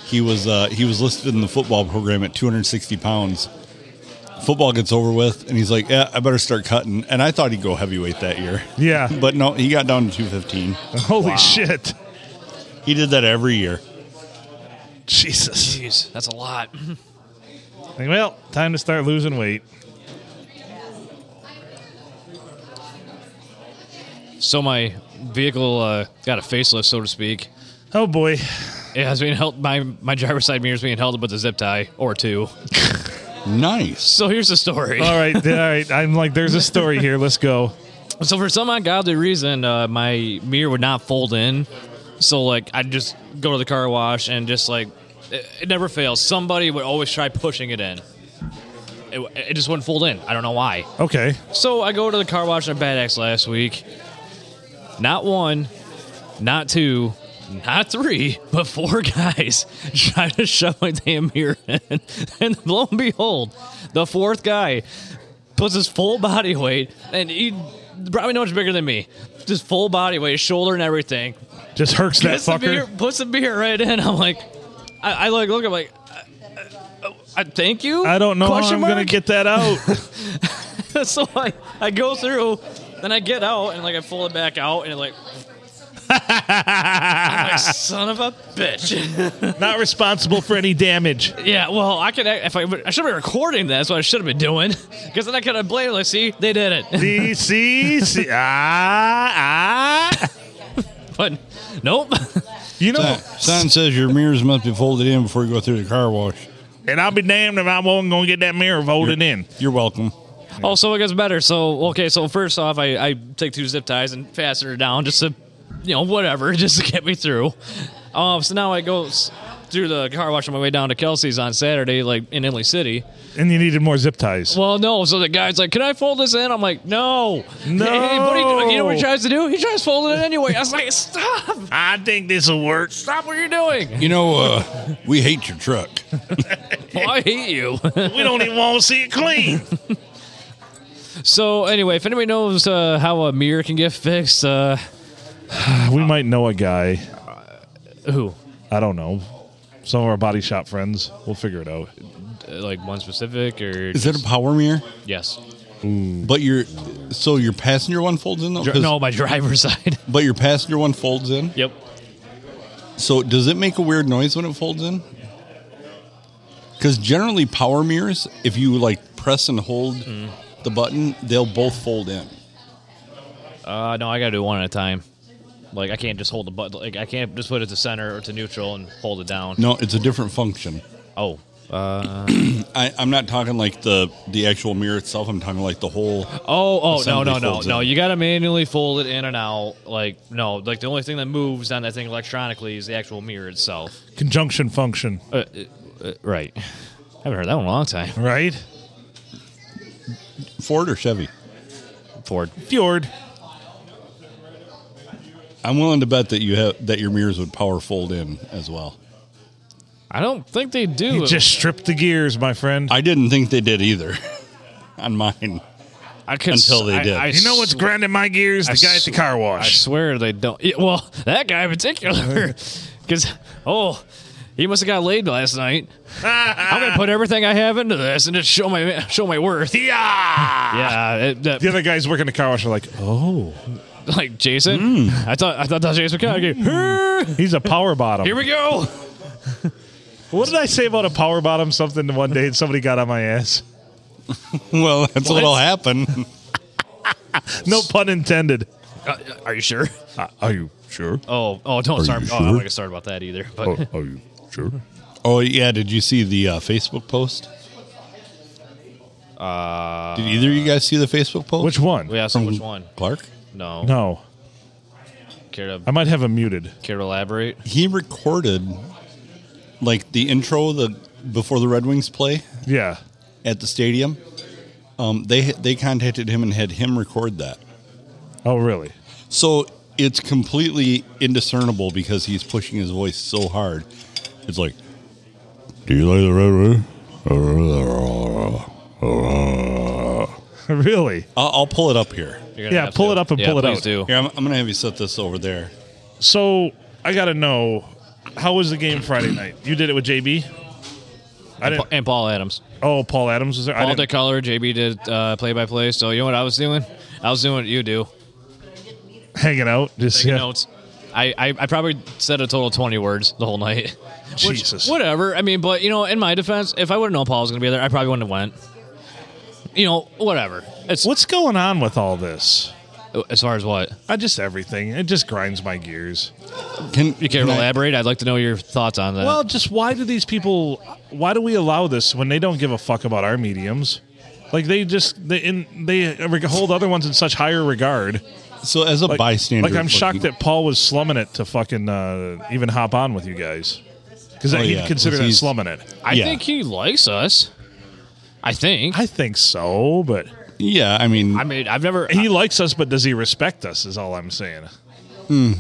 S1: He was uh, he was listed in the football program at 260 pounds. Football gets over with, and he's like, "Yeah, I better start cutting." And I thought he'd go heavyweight that year.
S2: Yeah.
S1: but no, he got down to 215.
S2: "Holy shit!"
S1: He did that every year.
S2: Jesus.
S3: Jeez, that's a lot.
S2: Like, well, time to start losing weight.
S3: So my vehicle uh, got a facelift, so to speak.
S2: Oh boy.
S3: Yeah, it's being held. My my driver's side mirror is being held up with a zip tie or two.
S1: Nice.
S3: So here's the story.
S2: All right, all right. I'm like, there's a story here. Let's go.
S3: So for some ungodly reason, uh, my mirror would not fold in. So like I'd just go to the car wash and just like it, it never fails. Somebody would always try pushing it in. It, it just wouldn't fold in. I don't know why.
S2: Okay.
S3: So I go to the car wash at Bad Axe last week. Not one, not two, not three, but four guys try to shove my damn mirror in. And lo and behold, the fourth guy puts his full body weight, and he probably no much bigger than me. Just full body weight, shoulder and everything.
S2: Just herks that
S3: Puts the beer,
S2: fucker.
S3: puts the beer right in. I'm like, I, I like look. I'm like, I, I, thank you.
S2: I don't know how
S3: Question
S2: I'm gonna
S3: mark?
S2: get that out.
S3: so I, I go through, then I get out and like I pull it back out and it like, I'm like son of a bitch.
S2: Not responsible for any damage.
S3: yeah, well I could if I I should be recording that. That's what I should have been doing because then I could have blamed like see they did it,
S2: D C C ah ah.
S3: but nope.
S2: You know,
S1: Sign sign says your mirrors must be folded in before you go through the car wash.
S2: and I'll be damned if I wasn't gonna get that mirror voted in.
S1: You're welcome.
S3: Oh, so it gets better. So okay, so first off, I, I take two zip ties and fasten her down just to, you know, whatever, just to get me through. Um, so now I go s- through the car wash on my way down to Kelsey's on Saturday, like in Italy City.
S2: And you needed more zip ties.
S3: Well, no. So the guy's like, "Can I fold this in?" I'm like, "No,
S2: No.
S3: Hey, but he- you know what he tries to do? He tries folding it anyway. I was like, "Stop!
S2: I think this will work.
S3: Stop what you're doing!
S1: You know, uh, we hate your truck.
S3: Well, I hate you."
S2: We don't even want to see it clean.
S3: so anyway, if anybody knows uh, how a mirror can get fixed, uh,
S2: We might know a guy.
S3: who?
S2: I don't know. Some of our body shop friends. We'll figure it out.
S3: Uh, Like one specific or
S1: Is it a Oh, power mirror?
S3: yes?
S1: But your so your passenger one folds in though. 'Cause-
S3: No, my driver's side.
S1: But your passenger one folds in.
S3: yep.
S1: So does it make a weird noise when it folds in? Because generally, power mirrors, if you like press and hold the button, they'll both fold in.
S3: Uh, no, I gotta do one at a time. Like I can't just hold the button. Like I can't just put it to center or to neutral and hold it down.
S1: No, it's a different function.
S3: Oh,
S1: I, I'm not talking like the the actual mirror itself. I'm talking like the whole.
S3: Oh, oh, no,
S1: Assembly
S3: no, no,
S1: folds
S3: no!
S1: in.
S3: You gotta manually fold it in and out. Like no, like the only thing that moves on that thing electronically is the actual mirror itself.
S2: Conjunction function,
S3: Uh, uh, uh, right. I haven't heard that one in a long time.
S2: right?
S1: Ford or Chevy?
S3: Ford.
S2: Fjord.
S1: I'm willing to bet that you have that your mirrors would power fold in as well.
S3: I don't think they do.
S2: You just stripped the gears, my friend.
S1: I didn't think they did either on mine.
S3: I could,
S1: until they
S3: I-
S1: did.
S3: I
S2: you know what's
S3: sw-
S2: grinding my gears? The
S3: I
S2: guy at the
S3: sw-
S2: car
S3: I
S2: wash.
S3: swear they don't. yeah, well, that guy in particular, because oh, he must have got laid last night. I'm gonna put everything I have into this and just show my show my worth.
S2: yeah.
S3: Yeah, it, that,
S2: The other guys working the car wash are like, oh,
S3: like Jason.
S2: Mm.
S3: I thought I thought that was Jason McConaughey.
S2: he's a power bottom.
S3: Here we go.
S2: What did I say about a power bottom? Something one day and somebody got on my ass.
S1: Well, that's what'll happen.
S2: No pun intended.
S3: Uh, are you sure?
S2: are you sure?
S3: Oh, oh, don't start.
S1: you
S3: Oh, I don't
S1: sure?
S3: want to get started about that either. But
S2: are you sure?
S1: Oh yeah, did you see the uh, Facebook post? Uh, did either of you guys see the Facebook post?
S2: Oh, Which one?
S3: we asked
S1: From
S3: which one.
S1: Clark.
S3: No.
S2: No,
S3: Care to
S2: I might have him muted.
S3: care to elaborate?
S1: He recorded like the intro the before the Red Wings play
S2: Yeah.
S1: at the stadium. Um, they they contacted him and had him record that.
S2: Oh, really?
S1: So it's completely indiscernible because he's pushing his voice so hard. It's like, do you like the Red Wings?
S2: really?
S1: I'll, I'll pull it up here.
S3: You're gonna
S2: Yeah,
S3: have
S2: pull
S3: to.
S2: it up and
S3: Yeah,
S2: pull it
S3: please
S2: out.
S3: Do.
S1: Here, I'm, I'm gonna have you set this over there.
S2: So I gotta know, how was the game Friday night? You did it with JB. I didn't.
S3: And Paul Adams,
S2: Oh, Paul Adams was there. I
S3: Paul
S2: didn't,
S3: DeColor, JB did uh, play by play. So you know what I was doing? I was doing what you do.
S2: hanging out. Just
S3: Taking
S2: yeah.
S3: notes. I, I, I probably said a total of 20 words the whole night. Which-
S2: Jesus.
S3: whatever. I mean, but, you know, in my defense, if I would have known Paul was going to be there, I probably wouldn't have went. You know, whatever. It's
S2: What's going on with all this?
S3: As far as what?
S2: I just everything. It just grinds my gears.
S1: Can
S3: You care to
S1: I-
S3: elaborate? I'd like to know your thoughts on that.
S2: Well, just why do these people? Why do we allow this when they don't give a fuck about our mediums? Like they just they in, they hold other ones in such higher regard.
S1: So as a
S2: Like,
S1: bystander,
S2: like I'm shocked
S1: fucking-
S2: that Paul was slumming it to fucking uh, even hop on with you guys because
S1: Oh,
S2: he'd
S1: yeah,
S2: consider
S1: 'cause
S2: that
S1: he's-
S2: slumming it.
S3: I
S1: yeah.
S3: think he likes us. I think. I,
S2: I think so, but
S1: yeah, I mean,
S3: mean, I've never.
S2: he likes us, but does he respect us? Is all I'm saying.
S1: Hmm.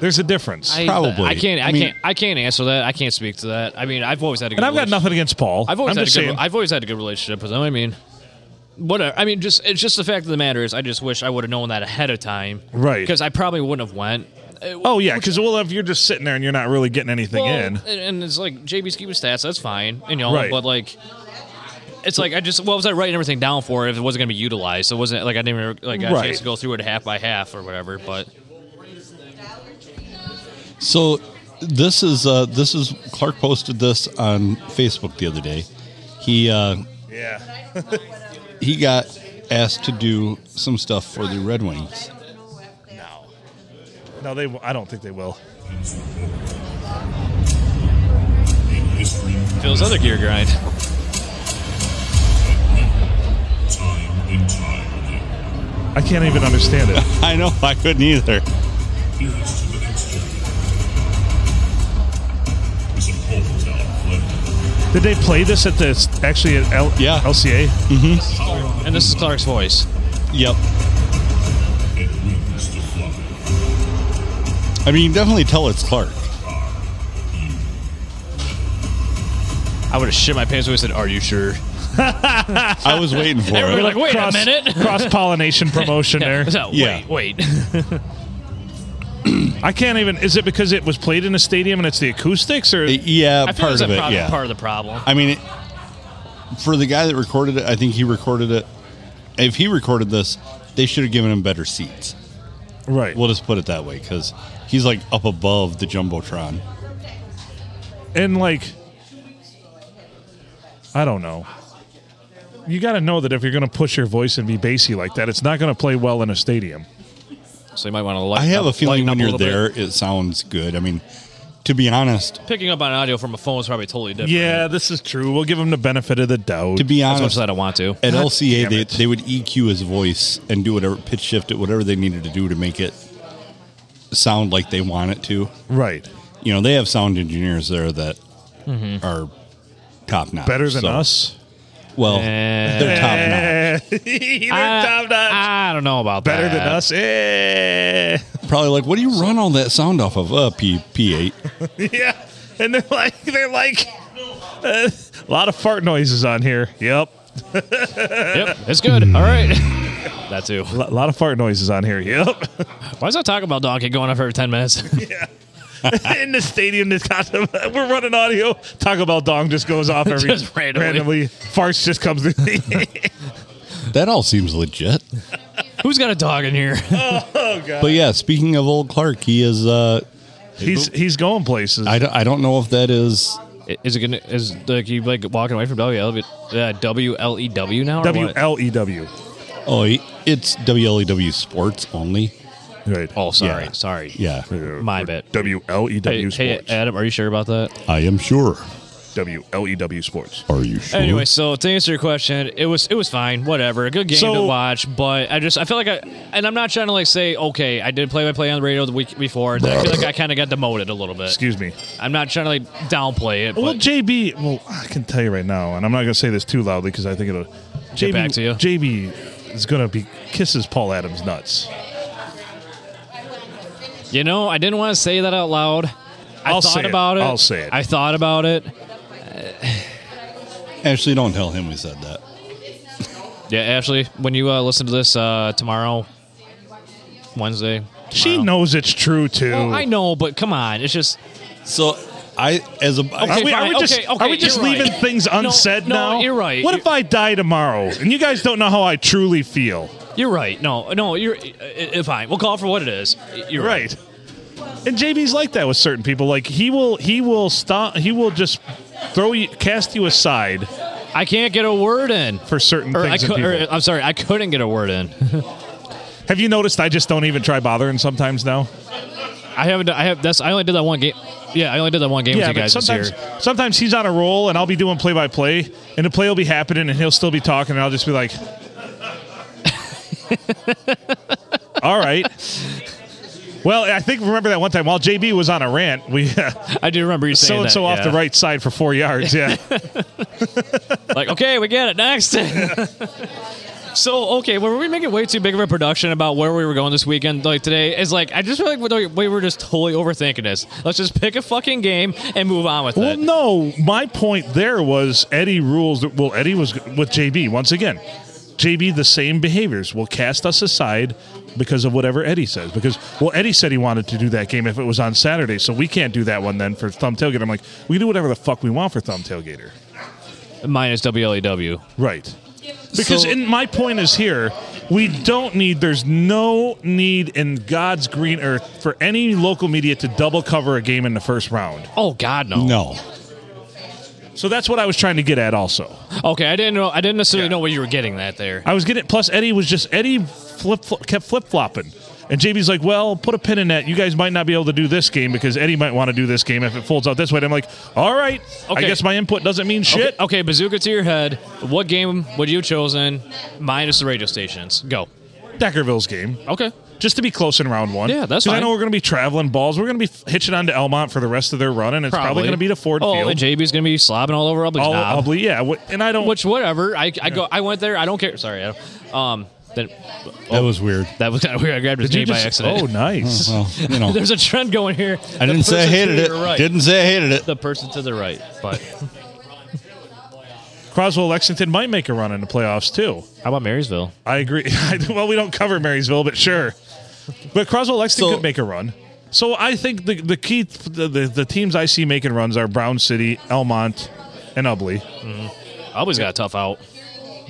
S2: There's a difference,
S3: I,
S1: probably.
S3: I can't. I,
S1: I mean-
S3: can't. I can't answer that. I can't speak to that. I mean, I've always had a. Good
S2: and I've got
S3: relation-
S2: nothing against Paul.
S3: I've
S2: I'm
S3: always had a
S2: just
S3: good.
S2: saying,
S3: I've always had a good relationship with him. I mean, whatever. I mean, just it's just the fact of the matter is, I just wish I would have known that ahead of time,
S2: Right.
S3: Because I probably wouldn't have went. Uh,
S2: oh yeah, because well, if you're just sitting there and you're not really getting anything
S3: well,
S2: in,
S3: and- and it's like JB Ski with stats. That's fine, you know.
S2: Right.
S3: But like, it's like I just what was I writing everything down for if it wasn't going to be utilized? So it wasn't like I didn't even, like I
S2: Right.
S3: had to go through it half by half or whatever. But
S1: So this is uh, this is Clark posted this on Facebook the other day. He uh,
S2: yeah.
S1: he got asked to do some stuff for the Red Wings.
S2: No, they. I don't think they will.
S3: Phil's other gear grind.
S2: I can't even understand it.
S1: I know I couldn't either.
S2: Did they play this at the actually at L,
S1: Yeah.
S2: LCA?
S3: And this is Clark's voice.
S1: Yep. I mean, you can definitely tell it's Clark.
S3: I would have shit my pants if I said, "Are you sure?"
S1: I was waiting for
S3: Everybody
S1: it.
S3: like, wait a minute.
S2: Cross pollination promotion there.
S3: So,
S1: Yeah.
S3: Wait, wait.
S2: I can't even. Is it because it was played in a stadium and it's the acoustics or?
S1: yeah,
S3: I feel
S1: part
S3: that's
S1: of it.
S3: prob-
S1: Yeah.
S3: part of the problem.
S1: I mean, it, for the guy that recorded it, I think he recorded it. If he recorded this, they should have given him better seats.
S2: right.
S1: We'll just put it that way because he's like up above the jumbotron.
S2: and like, I don't know. You got to know that if you're going to push your voice and be bassy like that, it's not going to play well in a stadium.
S3: So you might want to.
S1: I have a feeling when you're
S3: there.
S1: there, it sounds good. I mean, to be honest,
S3: picking up on audio from a phone is probably totally different.
S2: Yeah, this is true. We'll give them the benefit of the doubt.
S1: to be
S3: as much
S1: honest,
S3: as I don't want to.
S1: at LCA
S2: damn
S1: they,
S2: it.
S1: they would EQ his voice and do whatever pitch shift it, whatever they needed to do to make it sound like they want it to.
S2: right.
S1: You know, they have sound engineers there that
S2: Mm-hmm.
S1: are top notch.
S2: Better than
S1: so-
S2: us.
S1: Well,
S3: Eh.
S1: they're top notch.
S2: Eh,
S3: Uh,
S2: they're top notch.
S3: I don't know about
S2: Better
S3: that.
S2: than us. Eh.
S1: Probably like, what do you run all that sound off of? Uh, P P eight.
S2: Yeah, and they're like they're like uh, a lot of fart noises on here. Yep,
S3: Yep, it's good. All right. That too.
S2: a lot of fart noises on here. Yep,
S3: Why is that talking about donkey going on for every ten minutes?
S2: in the stadium, this constant, we're running audio. Taco Bell dong just goes off every
S3: Just randomly.
S2: Farts just comes through. The
S1: That all seems legit.
S3: Who's got a dog in here?
S1: But yeah, speaking of old Clark, he is. Uh,
S2: he's he's going places.
S1: I don't, I don't know if that is
S3: is it gonna? Is like you like walking away from W uh, W L E W now? Or
S2: W
S3: what?
S2: L E W.
S1: Oh, he- it's WLEW Sports only.
S2: Right.
S3: Oh, sorry,
S1: Yeah.
S3: sorry.
S1: Yeah,
S3: my bad.
S2: W L E
S3: Hey,
S2: W
S3: hey, uh,
S2: Sports.
S3: Adam, are you sure about that?
S1: I am sure.
S2: W L E W Sports.
S1: Are you sure?
S3: Anyway, so to answer your question, it was it was fine, whatever, a good game
S2: So-
S3: to watch. But I just I feel like I and I'm not trying to like say okay, I did play by play on the radio the week before. And I feel like I kind of got demoted a little bit.
S2: Excuse me.
S3: I'm not trying to like downplay it.
S2: Well,
S3: But
S2: JB, well, I can tell you right now, and I'm not going to say this too loudly because I think it'll. JB,
S3: back to you.
S2: JB is going to be kisses Paul Adams nuts.
S3: you know, I didn't want to say that out loud. I
S2: I'll
S3: thought
S2: say it.
S3: about it.
S2: I'll say it.
S3: I thought about it.
S1: Ashley, don't tell him we said that.
S3: Yeah, Ashley, when you uh, listen to this uh, tomorrow, Wednesday.
S2: She knows it's true too.
S3: Well, I know, but come on, it's just
S1: So, I as a
S2: Are
S1: I-
S2: we, are we
S3: fine.
S2: just,
S3: Okay, okay,
S2: are we just
S3: you're right.
S2: leaving things
S3: No,
S2: unsaid
S3: no,
S2: now?
S3: you're right.
S2: What
S3: You're-
S2: if I die tomorrow and you guys don't know how I truly feel?
S3: you're right. No, no, you're uh, uh, fine. We'll call it for what it is. You're
S2: Right. And JB's like that with certain people. Like he will, he will stop. He will just throw you, cast you aside
S3: I can't get a word in.
S2: for certain
S3: Or I
S2: things. and
S3: cou- or,
S2: people.
S3: I'm sorry, I couldn't get a word in.
S2: Have you noticed I just don't even try bothering sometimes now?
S3: I haven't. I have. That's. I only did that one game. Yeah, I only did that one game
S2: yeah,
S3: with you
S2: but
S3: guys this year.
S2: sometimes sometimes he's on a roll and I'll be doing play by play and the play will be happening and he'll still be talking and I'll just be like All right. Well, I think remember that one time while JB was on a rant, we
S3: I do remember you saying
S2: so and so
S3: that,
S2: off the
S3: yeah.
S2: right side for four yards. Yeah,
S3: Like, okay, we get it. Next. so, okay, were we making way too big of a production about where we were going this weekend? Like today is like, I just feel like we were just totally overthinking this. Let's just pick a fucking game and move on with
S2: Well,
S3: it.
S2: no, my point there was Eddie rules. Well, Eddie was with JB once again. JB, the same behaviors will cast us aside because of whatever Eddie says. Because well, Eddie said he wanted to do that game if it was on Saturday, so we can't do that one then for Thumb Tailgater. I'm like, we can do whatever the fuck we want for Thumb Tailgater,
S3: Minus E WLEW.
S2: right? Because
S3: So-
S2: in my point is here, we don't need. There's no need in God's green earth for any local media to double cover a game in the first round.
S3: Oh God, no.
S1: No.
S2: So that's what I was trying to get at, also.
S3: Okay, I didn't know. I didn't necessarily
S2: Yeah.
S3: know what you were getting at there.
S2: I was getting plus Eddie was just Eddie flip, flop kept flip flopping. And JB's like, well, put a pin in that. You guys might not be able to do this game because Eddie might want to do this game if it folds out this way. And I'm like, all right. I
S3: Okay.
S2: guess my input doesn't mean shit.
S3: Okay, okay, bazooka to your head. What game would you have chosen? Minus the radio stations. Go.
S2: Deckerville's game,
S3: Okay.
S2: just to be close in round one.
S3: Yeah, that's
S2: 'Cause I
S3: fine.
S2: know we're going to be traveling balls. We're going to be f- hitching on to Elmont for the rest of their run, and it's probably, going to be to Ford
S3: oh,
S2: Field.
S3: and JB's gonna be slobbing all over Ubley's
S2: All-
S3: knob.
S2: probably, yeah. Wh- And I don't.
S3: Which, whatever. I, I go. I went there. I don't care. Sorry. I don't, um. That,
S1: That was weird.
S3: that was kind of weird. I grabbed his
S2: you
S3: knee by
S2: just-
S3: accident.
S2: Oh, nice.
S1: Well, you know,
S3: There's a trend going here.
S1: I didn't say I hated it.
S3: Right.
S1: Didn't say I hated it.
S3: The person to the right, but
S2: Croswell Lexington might make a run in the playoffs too.
S3: how about Marysville?
S2: I agree. I- well, we don't cover Marysville, but sure. But Croswell Lexington
S1: So-
S2: could make a run. So I think the the key the, the, the teams I see making runs are Brown City, Elmont, and Ubley.
S3: Always got a tough out.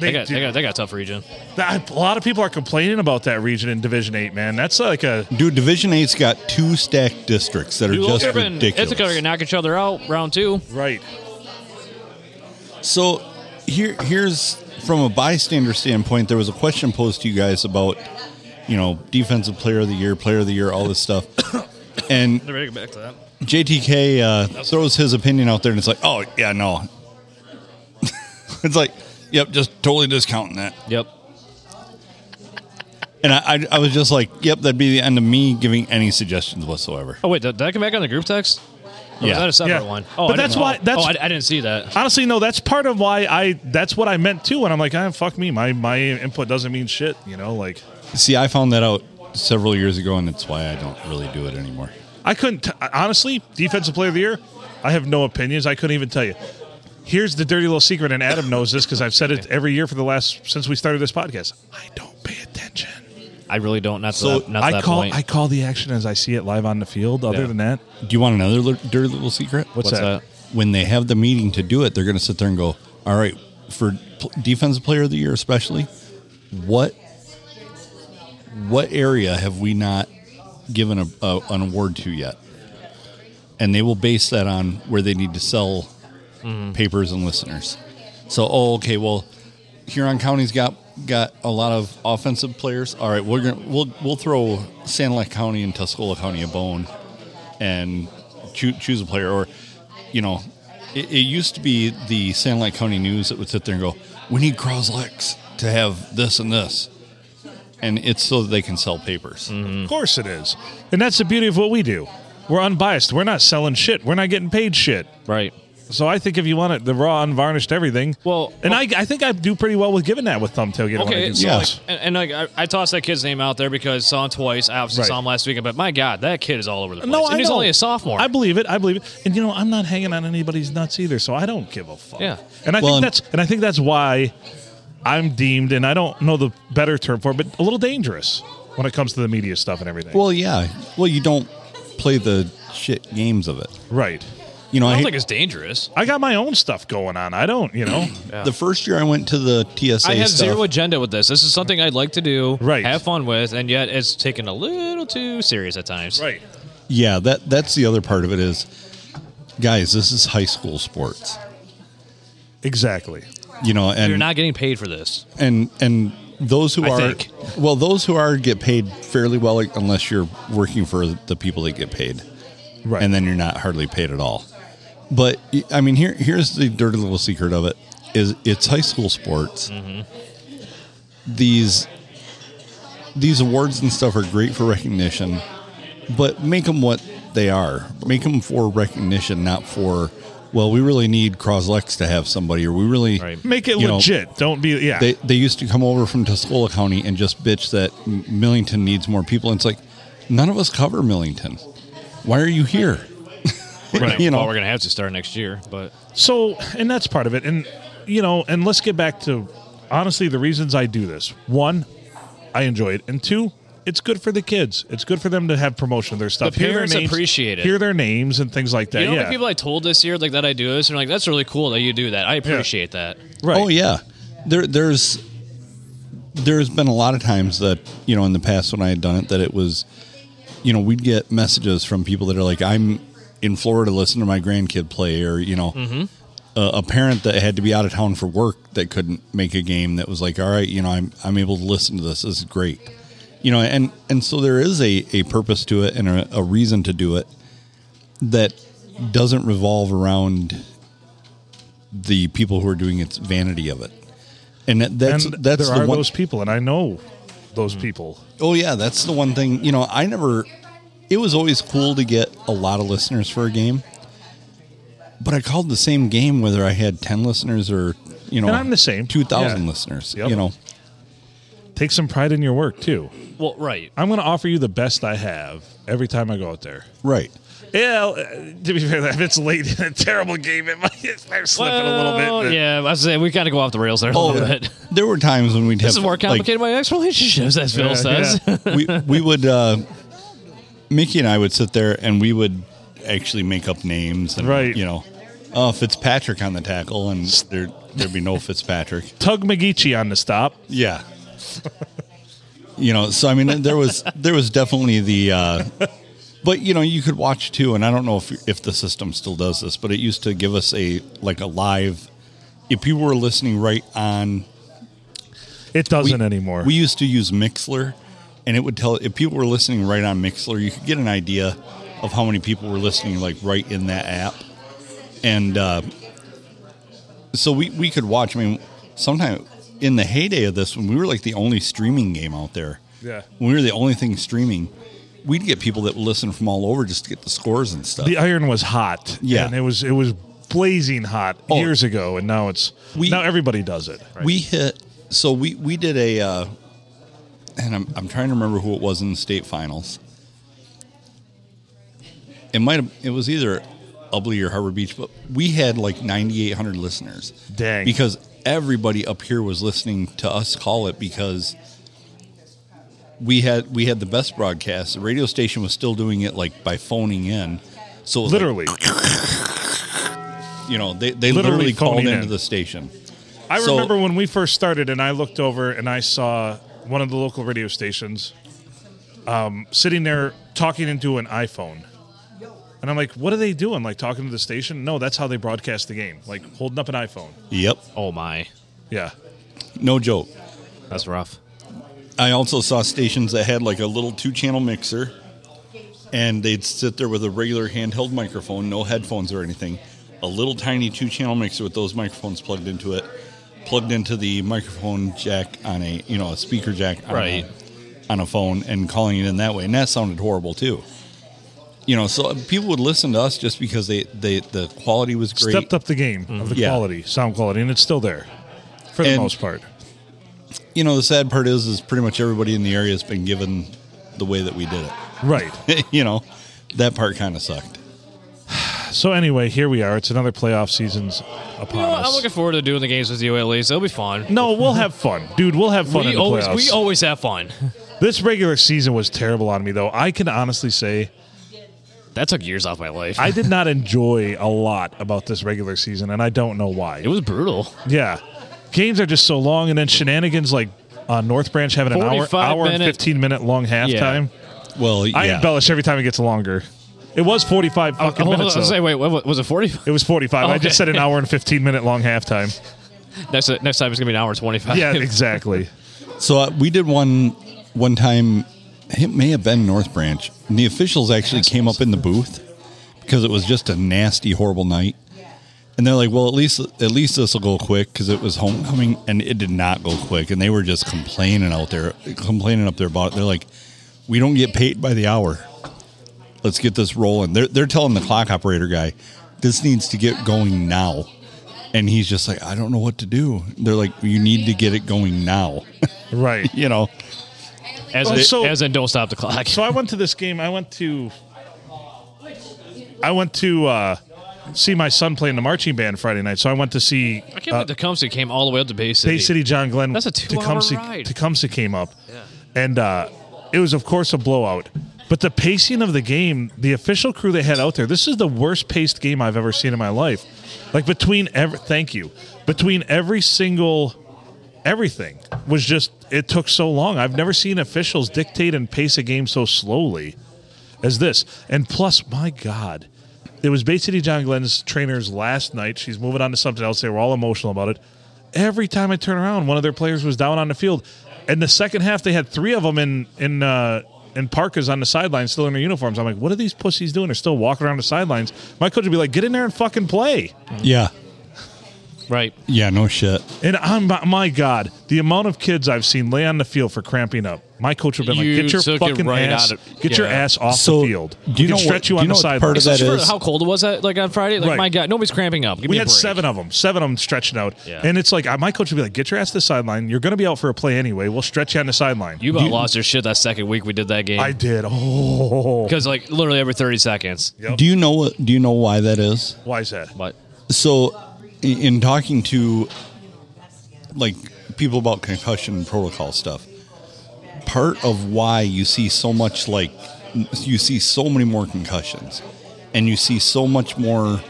S3: They got,
S2: do-
S3: they got they got a tough region.
S2: that- a lot of people are complaining about that region in Division Eight. Man, that's like a
S1: Dude, Division Eight's got two stacked districts that are
S3: Duke
S1: just
S3: Urban,
S1: ridiculous.
S3: Ithaca are gonna knock each other out round two.
S2: right.
S1: So here here's from a bystander standpoint, there was a question posed to you guys about, you know, defensive player of the year, player of the year, all this stuff. and
S3: They're ready to get back to that.
S1: JTK uh, throws his opinion out there and it's like, oh yeah, no. it's like, yep, just totally discounting that.
S3: Yep.
S1: And I, I I was just like, yep, that'd be the end of me giving any suggestions whatsoever.
S3: Oh wait, did, did I come back on the group text? Or
S1: Yeah.
S3: was Oh, that a separate
S2: Yeah.
S3: one?
S2: But
S3: Oh, I
S2: that's
S3: didn't-
S2: why- that's-
S3: oh, I, I didn't see that.
S2: Honestly, no, that's part of why I. That's what I meant too. When I'm like, ah, fuck me, my my input doesn't mean shit. You know, like
S1: See, I found that out several years ago and that's why I don't really do it anymore.
S2: I couldn't t- honestly defensive player of the year. I have no opinions. I couldn't even tell you. Here's the dirty little secret, and Adam knows this because I've said it every year for the last since we started this podcast. I don't pay attention.
S3: I really don't. Not to
S1: So,
S3: that, not to
S2: I
S3: that
S2: call
S3: point.
S2: I call the action as I see it live on the field. Other
S3: Yeah.
S2: than that,
S1: Do you want another li- dirty little secret?
S2: what's,
S3: What's
S2: that?
S1: when they have the meeting to do it, they're going to sit there and go, "All right, for pl- defensive player of the year, especially, what what area have we not given a, a, an award to yet?" And they will base that on where they need to sell papers and listeners. So, oh, okay, well, Huron County's got got a lot of offensive players. All right, we're gonna we'll we'll throw Sanilac County and Tuscola County a bone and choo- choose a player. Or, you know, it, it used to be the Sandlight County News that would sit there and go, "We need Croslex to have this and this," and it's so that they can sell papers.
S3: Mm.
S2: Of course it is, and that's the beauty of what we do. We're unbiased. We're not selling shit. We're not getting paid shit.
S3: right.
S2: So I think if you want it, the raw, unvarnished everything.
S3: Well-
S2: and I, I think I do pretty well with giving that with thumb tailgate. when I
S3: Okay.
S2: do
S3: So
S1: Yeah.
S3: like, and, and like, I, I tossed that kid's name out there because saw him twice. I obviously
S2: Right.
S3: saw him last weekend, but my God, that kid is all over the place.
S2: No,
S3: and
S2: I
S3: he's
S2: know.
S3: only a sophomore.
S2: I believe it. I believe it. And you know, I'm not hanging on anybody's nuts either, so I don't give a fuck.
S3: Yeah.
S2: And I
S1: Well, and-
S2: think that's and I think that's why I'm deemed, and I don't know the better term for it, but a little dangerous when it comes to the media stuff and everything.
S1: Well, yeah. Well, you don't play the shit games of it.
S2: right.
S1: You know,
S3: I
S1: I
S3: don't
S1: hate,
S3: think it's dangerous.
S2: I got my own stuff going on. I don't, you know.
S1: the first year I went to the TSA.
S3: I have
S1: stuff,
S3: zero agenda with this. This is something I'd like to do,
S2: Right.
S3: have fun with, and yet it's taken a little too serious at times.
S2: right.
S1: Yeah, that that's the other part of it is, guys, this is high school sports.
S2: Exactly.
S1: You know, and
S3: You're not getting paid for this.
S1: and and those who
S2: I
S1: are
S2: think.
S1: well, those who are get paid fairly well, like, unless you're working for the people that get paid,
S2: Right.
S1: and then you're not hardly paid at all. But y- I mean, here here's the dirty little secret of it: is it's high school sports. These these awards and stuff are great for recognition, but make them what they are. Make them for recognition, not for. Well, we really need Croslex to have somebody, or we really
S3: Right.
S2: make it
S1: you know,
S2: legit. Don't be yeah.
S1: they they used to come over from Tuscola County and just bitch that M- Millington needs more people. And it's like none of us cover Millington. Why are you here?
S3: Right.
S1: You know.
S3: well, we're gonna have to start next year, but
S2: So, and that's part of it. And, you know, and let's get back to honestly the reasons I do this. One, I enjoy it. And two, it's good for the kids. It's good for them to have promotion of their stuff. Hear their
S3: parents
S2: names-
S3: appreciate it.
S2: Hear their names and things like that.
S3: you know how
S2: yeah.
S3: many people I told this year like that I do this, and they're like, "That's really cool that you do that. I appreciate that."
S2: right.
S1: Oh yeah, there there's there's been a lot of times that you know in the past when I had done it that it was you know we'd get messages from people that are like I'm in Florida listen to my grandkid play or you know.
S3: Mm-hmm.
S1: A a parent that had to be out of town for work that couldn't make a game that was like, all right, you know, I'm I'm able to listen to this. This is great, you know, and and so there is a a purpose to it and a, a reason to do it that doesn't revolve around the people who are doing its vanity of it. And that, that's
S2: and
S1: that's
S2: there
S1: the
S2: are
S1: one
S2: those people, and I know those
S3: Mm.
S2: people.
S1: oh yeah, that's the one thing. You know, I never. It was always cool to get a lot of listeners for a game, but I called the same game whether I had ten listeners or you know
S2: And I'm the same.
S1: two thousand
S2: Yeah.
S1: listeners.
S2: Yep.
S1: You know,
S2: Take some pride in your work, too.
S3: Well, right.
S2: I'm going to offer you the best I have every time I go out there.
S1: right?
S2: Yeah, uh, to be fair, if it's late in a terrible game, it might start slipping a little
S3: Well,
S2: bit.
S3: yeah, I was saying we kind of go off the rails there a
S1: Oh,
S3: little bit.
S1: there were times when we'd have
S3: This is more
S1: like,
S3: complicated than my ex relationships, as Phil
S2: Yeah,
S3: says.
S2: yeah.
S1: we we would uh, Mickey and I would sit there and we would actually make up names and
S2: Right.
S1: you know oh Fitzpatrick on the tackle and there there'd be no Fitzpatrick
S2: Tug McGeechee on the stop.
S1: yeah you know so I mean there was there was definitely the uh, but you know you could watch too and I don't know if if the system still does this but it used to give us a like a live if people were listening right on
S2: It doesn't anymore.
S1: We used to use Mixler, and it would tell if people were listening right on Mixler, you could get an idea of how many people were listening like right in that app, and uh, so we we could watch. I mean, sometime in the heyday of this, when we were like the only streaming game out there,
S2: Yeah.
S1: when we were the only thing streaming, we'd get people that would listen from all over just to get the scores and stuff.
S2: the iron was hot.
S1: Yeah.
S2: and it was it was blazing hot
S1: Oh.
S2: years ago, and now it's
S1: We-
S2: now everybody does it.
S1: We hit so we we did a uh, and I'm I'm trying to remember who it was in the state finals. It might have it was either Ubley or Harbor Beach, but we had like 9,800 listeners.
S2: Dang.
S1: Because everybody up here was listening to us call it because we had we had the best broadcast. The radio station was still doing it like by phoning in. So it was like,
S2: Literally,
S1: you know, they, they
S2: Literally
S1: literally, called
S2: phoning
S1: into
S2: in.
S1: the station.
S2: I
S1: So-
S2: remember when we first started, and I looked over and I saw one of the local radio stations um, sitting there talking into an iPhone. And I'm like, what are they doing? Like talking to the station? No, that's how they broadcast the game. Like holding up an iPhone.
S1: Yep.
S3: oh my,
S2: Yeah.
S1: No joke.
S3: that's rough.
S1: I also saw stations that had like a little two channel mixer and they'd sit there with a regular handheld microphone, no headphones or anything, a little tiny two channel mixer with those microphones plugged into it, plugged into the microphone jack on a, you know, a speaker jack on,
S3: Right.
S1: a, on a phone and calling it in that way. And that sounded horrible too. You know, so people would listen to us just because they, they the quality was great. Mm-hmm.
S2: Stepped up the game of the
S1: Yeah.
S2: quality, sound quality, and it's still there for the
S1: And-
S2: most part.
S1: You know, the sad part is is pretty much everybody in the area has been given the way that we did it.
S2: Right.
S1: you know, that part kind of sucked.
S2: So anyway, here we are. It's another playoff season's upon
S3: You know,
S2: us.
S3: I'm looking forward to doing the games with you at least. It'll be fun.
S2: no, we'll have fun, dude. We'll have fun in
S3: we
S2: the
S3: always
S2: playoffs.
S3: we always have fun.
S2: this regular season was terrible on me, though. I can honestly say
S3: That took years off my life.
S2: I did not enjoy a lot about this regular season, and I don't know why.
S3: it was brutal.
S2: yeah, games are just so long, and then shenanigans like uh, North Branch having an hour,
S3: 45
S2: hour and
S3: minute-
S2: fifteen minute long halftime.
S1: Well, yeah.
S2: I embellish every time it gets longer. It was forty five fucking
S3: Oh, Hold on, I
S2: minutes.
S3: was
S2: though.
S3: saying, wait, what, was it 40?
S2: It was forty five. I
S3: Okay.
S2: just said an hour and fifteen minute long halftime.
S3: Next next time it's gonna be an hour 25.
S2: Yeah, exactly.
S1: So uh, we did one one time. It may have been North Branch. And the officials actually came up in the booth because it was just a nasty, horrible night. And they're like, "Well, at least at least this will go quick because it was homecoming, and it did not go quick." And they were just complaining out there, complaining up there about it. They're like, "We don't get paid by the hour. Let's get this rolling." They're they're telling the clock operator guy, "This needs to get going now." And he's just like, "I don't know what to do." They're like, "You need to get it going now."
S2: Right.
S1: you know.
S3: As, in,
S2: Well, so-
S3: as in, don't stop the clock.
S2: So I went to this game. I went to I went to uh, see my son play in the marching band Friday night. So I went to see uh,
S3: I can't believe Tecumseh came all the way up to Bay City.
S2: Bay City John Glenn.
S3: That's a two-hour
S2: Tecumseh,
S3: ride.
S2: Tecumseh came up, and uh, it was of course a blowout. But the pacing of the game, the official crew they had out there, this is the worst paced game I've ever seen in my life. Like between every, thank you, between every single, everything was just it took so long. I've never seen officials dictate and pace a game so slowly as this. And plus, my God, it was Bay City John Glenn's trainer's last night. She's moving on to something else. They were all emotional about it. Every time I turn around, one of their players was down on the field. And the second half, they had three of them in in uh, in parkas on the sidelines, still in their uniforms. I'm like, what are these pussies doing? They're still walking around the sidelines. My coach would be like, get in there and fucking play.
S1: Yeah.
S3: right.
S1: Yeah. No shit.
S2: And I'm my God, the amount of kids I've seen lay on the field for cramping up. My coach would have been
S3: You
S2: like, get your
S3: took it
S2: fucking
S3: right
S2: ass,
S3: out of-
S2: get your
S3: yeah.
S2: ass off
S1: So,
S2: the field.
S1: do you
S2: We can
S1: know what-
S2: stretch you
S1: do
S2: on
S1: you know
S2: the
S1: what
S2: sidelines.
S1: part of that
S3: Especially for
S1: is-
S3: how cold it was that like on Friday. Like
S2: Right.
S3: my God, nobody's cramping up. Give
S2: we
S3: me a
S2: had
S3: break.
S2: seven of them, seven of them stretching out.
S3: Yeah.
S2: And it's like, uh, my coach would be like, get your ass to the sideline. You're going to be out for a play anyway. We'll stretch you on the sideline.
S3: You about lost your shit that second week we did that
S2: I
S3: game
S2: did. Oh.
S3: because like literally every thirty seconds.
S2: Yep.
S1: Do you know what? Do you know why that is?
S2: Why is that?
S3: But
S1: So, i- in talking to like people about concussion protocol stuff, part of why you see so much like you see so many more concussions, and you see so much more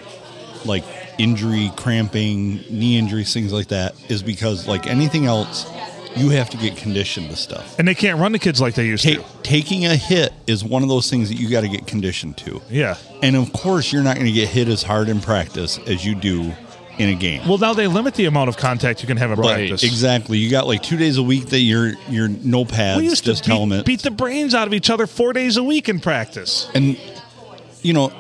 S1: like injury, cramping, knee injuries, things like that, is because like anything else, you have to get conditioned to stuff.
S2: And they can't run the kids like they used
S1: Ta-
S2: to.
S1: taking a hit is one of those things that you got to get conditioned to.
S2: Yeah.
S1: And of course, you're not going to get hit as hard in practice as you do in a game.
S2: Well, now they limit the amount of contact you can have in
S1: Right,
S2: practice.
S1: exactly. You got like two days a week that you're you're no pads,
S2: We used
S1: just
S2: to beat,
S1: helmet,
S2: beat the brains out of each other four days a week in practice.
S1: and you know,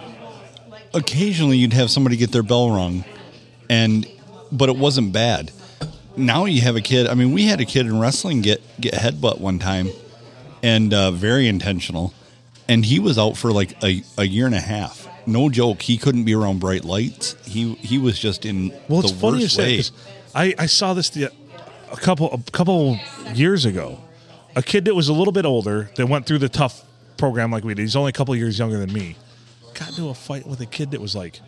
S1: occasionally you'd have somebody get their bell rung, and but it wasn't bad. Now you have a kid. I mean, we had a kid in wrestling get get headbutt one time, and uh, very intentional, and he was out for like a, a year and a half. No joke, he couldn't be around bright lights. He he was just in
S2: Well,
S1: the
S2: it's funny you
S1: worst
S2: say
S1: way.
S2: because I, I saw this the, a couple a couple years ago. A kid that was a little bit older that went through the tough program like we did. He's only a couple years younger than me. Got into a fight with a kid that was like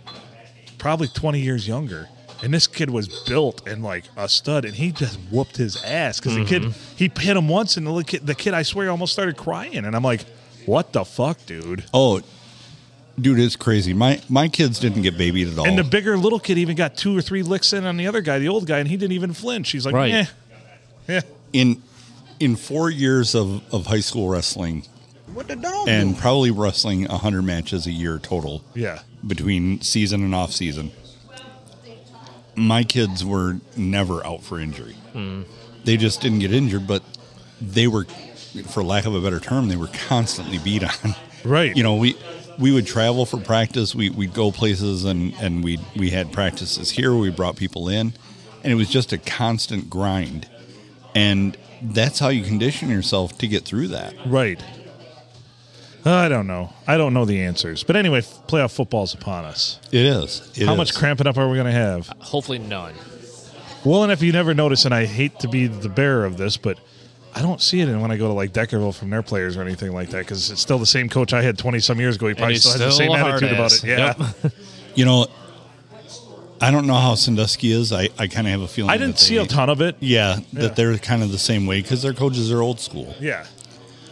S2: probably twenty years younger, and this kid was built and like a stud, and he just whooped his ass because the
S1: Mm-hmm.
S2: kid he hit him once, and the little kid, the kid I swear almost started crying, and I'm like, what the fuck, dude.
S1: Oh, dude, it's crazy. My my kids didn't get babied at all.
S2: And the bigger little kid even got two or three licks in on the other guy, the old guy, and he didn't even flinch. He's like,
S3: Right.
S2: eh. yeah.
S1: in in four years of, of high school wrestling, and probably wrestling hundred matches a year total
S2: Yeah.
S1: between season and off season. My kids were never out for injury.
S2: Hmm.
S1: They just didn't get injured, but they were, for lack of a better term, they were constantly beat on.
S2: Right.
S1: You know, we we would travel for practice. We we'd go places and and we we had practices here. We brought people in, and it was just a constant grind. And that's how you condition yourself to get through that.
S2: Right. I don't know. I don't know the answers. But anyway, f- playoff football's upon us.
S1: It is. It
S2: How
S1: is.
S2: much cramping up are we going to have?
S3: hopefully none.
S2: Well, and if you never notice, and I hate to be the bearer of this, but I don't see it in when I go to like Deckerville from their players or anything like that because it's still the same coach I had 20 some years ago. He probably
S3: he's
S2: still, has the
S3: still
S2: same
S3: a
S2: attitude about it.
S3: hard-ass.
S2: Yeah.
S1: You know, I don't know how Sandusky is. I, I kind of have a feeling.
S2: I
S1: that
S2: didn't
S1: they-
S2: see a ton of it.
S1: Yeah,
S2: Yeah.
S1: that they're kind of the same way because their coaches are old school.
S2: Yeah.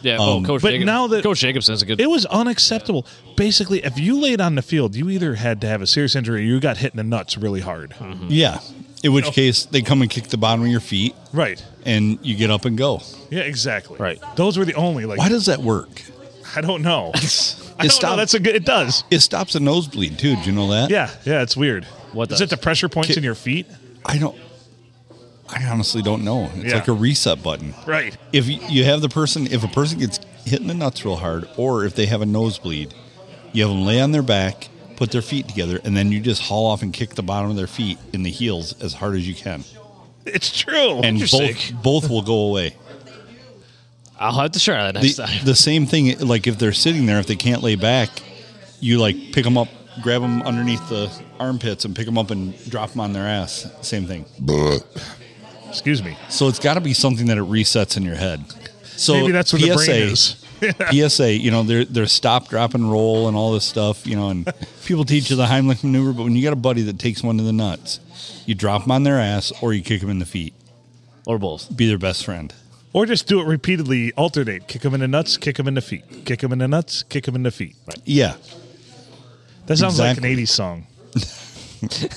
S3: Yeah, well,
S1: Um,
S3: Coach.
S2: but
S3: Jacob-
S2: now that-
S3: Coach Jacobson's a good.
S2: It was unacceptable. Basically, if you laid on the field, you either had to have a serious injury or you got hit in the nuts really hard.
S1: Yeah, in which case they come and kick the bottom of your feet,
S2: Right.
S1: and you get up and go.
S2: Yeah, exactly.
S3: Right.
S2: Those were the only like
S1: Why does that work?
S2: I don't know. I don't know.
S1: stopped-
S2: That's a good. It does.
S1: It stops a nosebleed too. Do you know that?
S2: Yeah, yeah. It's weird.
S3: What
S2: is
S3: does?
S2: it? The pressure points
S1: Ki-
S2: in your feet?
S1: I don't. I honestly don't know. It's
S2: Yeah.
S1: like a reset button.
S2: Right.
S1: If you- you have the person, if a person gets hit in the nuts real hard, or if they have a nosebleed, you have them lay on their back, put their feet together, and then you just haul off and kick the bottom of their feet in the heels as hard as you can,
S2: It's true.
S1: and
S3: You're
S1: both
S3: sick.
S1: both will go away.
S3: I'll have to try that
S1: the,
S3: next time.
S1: the same thing like if they're sitting there if they can't lay back you like pick them up grab them underneath the armpits and pick them up and drop them on their ass same thing
S2: Excuse me.
S1: so it's got to be something that it resets in your head so
S2: Maybe that's what
S1: PSA,
S2: the brain is.
S1: psa you know they're, they're stop drop and roll and all this stuff you know and people teach you the heimlich maneuver but when you got a buddy that takes one to the nuts you drop them on their ass or you kick them in the feet
S3: or both.
S1: be their best friend
S2: Or just do it repeatedly, alternate. Kick them in the nuts, kick them in the feet. Kick them in the nuts, kick them in the feet.
S1: yeah
S2: That sounds
S1: Exactly.
S2: like an 80s song.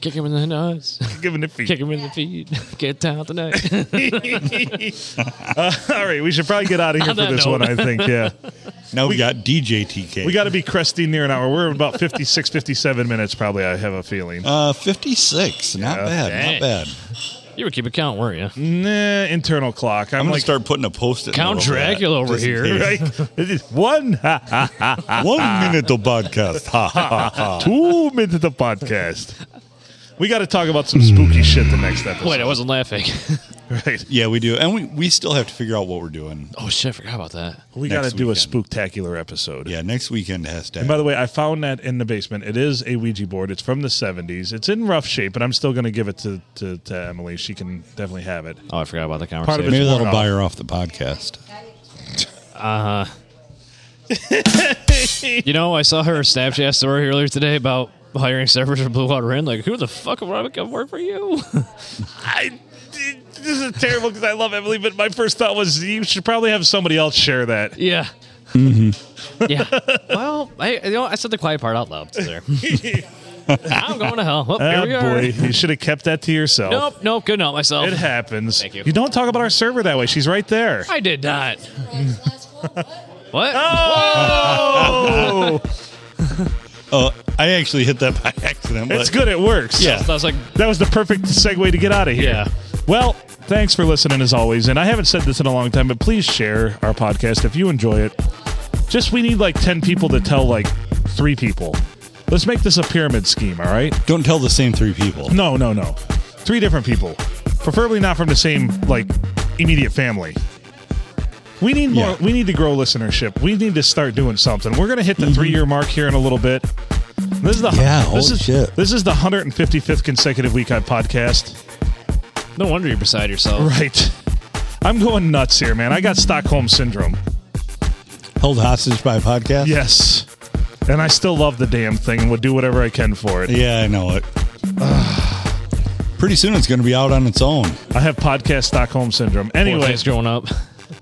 S3: Kick him in the nuts.
S2: Kick 'em in the feet.
S3: Kick him in the feet. Get down tonight.
S2: Uh, All right, we should probably get out of here
S3: On
S2: for
S3: that
S2: this
S3: note.
S2: one, I think. Yeah.
S1: now we, got dj tk
S2: We got to be cresting near an hour. We're about 56, 57 minutes, probably, I have a feeling.
S1: Uh, 56. Not bad.
S3: Dang.
S1: Not bad.
S3: you were keeping count, weren't
S2: Mm-hmm.
S3: you?
S2: nah, internal clock. I'm,
S1: I'm going
S2: like,
S1: to start putting a post it.
S3: Count Dracula over here.
S2: right? It is One, ha, ha, ha,
S1: One minute of podcast. Ha, ha,
S2: Oh.
S1: ha.
S2: two minutes of the podcast. We got to talk about some spooky shit the next episode.
S3: Wait, I wasn't laughing.
S2: right.
S1: Yeah, we do. And we, we still have to figure out what we're doing.
S3: oh shit, I forgot about that.
S2: We got to
S1: Next
S2: do a
S1: weekend.
S2: spooktacular episode.
S1: Yeah, next weekend has to
S2: And by the way, I found that in the basement. It is a Ouija board. It's from the 70s. It's in rough shape, but I'm still going to give it to, to, to Emily. She can definitely have it.
S3: Oh, I forgot about the
S2: Part of
S3: conversation.
S2: it's
S1: Maybe that'll
S2: worn
S1: buy
S2: off.
S1: her off the podcast.
S3: You know, I saw her Snapchat story earlier today about hiring servers for Blue Water Inn. Like, who the fuck would I come work for you?
S2: I, this is terrible because I love Emily, but my first thought was you should probably have somebody else share that.
S3: yeah.
S2: Mm-hmm.
S3: yeah. Well, I you know I said the quiet part out loud. So there. I'm going to hell. Well, here
S2: Ah,
S3: we are.
S2: boy, you should have kept that to yourself.
S3: Nope, nope, couldn't help myself.
S2: It happens.
S3: Thank you.
S2: You don't talk about our server that way. She's right there.
S3: I did not.
S4: That's last one. What?
S3: What?
S2: Oh,
S1: Oh, I actually hit that by accident.
S2: it's
S1: but-
S2: good. It works.
S1: Yeah.
S3: I was like,
S2: That was the perfect segue to get out of here.
S3: Yeah.
S2: Well, thanks for listening as always. And I haven't said this in a long time, but please share our podcast if you enjoy it. Just we need like 10 people to tell like three people. Let's make this a pyramid scheme, all right?
S1: Don't tell the same three people.
S2: No, no, no. Three different people. Preferably not from the same like immediate family. We need more
S1: Yeah.
S2: we need to grow listenership. We need to start doing something. We're gonna hit the three year mark here in a little bit. This is the
S1: Mm-hmm. Yeah,
S2: this
S1: holy
S2: is
S1: shit.
S2: this is the 155th consecutive week on podcast.
S3: no wonder you're beside yourself.
S2: Right. I'm going nuts here, man. I got Stockholm syndrome.
S1: Held hostage by podcast?
S2: Yes. And I still love the damn thing and would do whatever I can for it.
S1: Yeah, I know it. Pretty soon it's going to be out on its own.
S2: I have podcast Stockholm syndrome. Anyway,
S3: Anyways, growing up.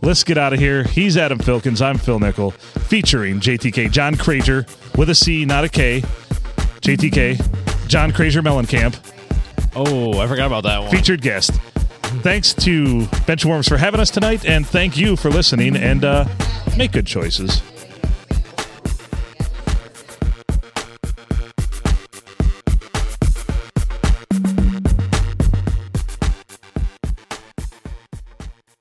S2: let's get out of here. He's Adam Filkins. I'm Phil Nickel, featuring JTK John Crager with a C, not a K. JTK, John Crager Mellencamp,
S3: Oh, I forgot about that one.
S2: featured guest. Thanks to Benchworms for having us tonight, and thank you for listening. And uh, make good choices.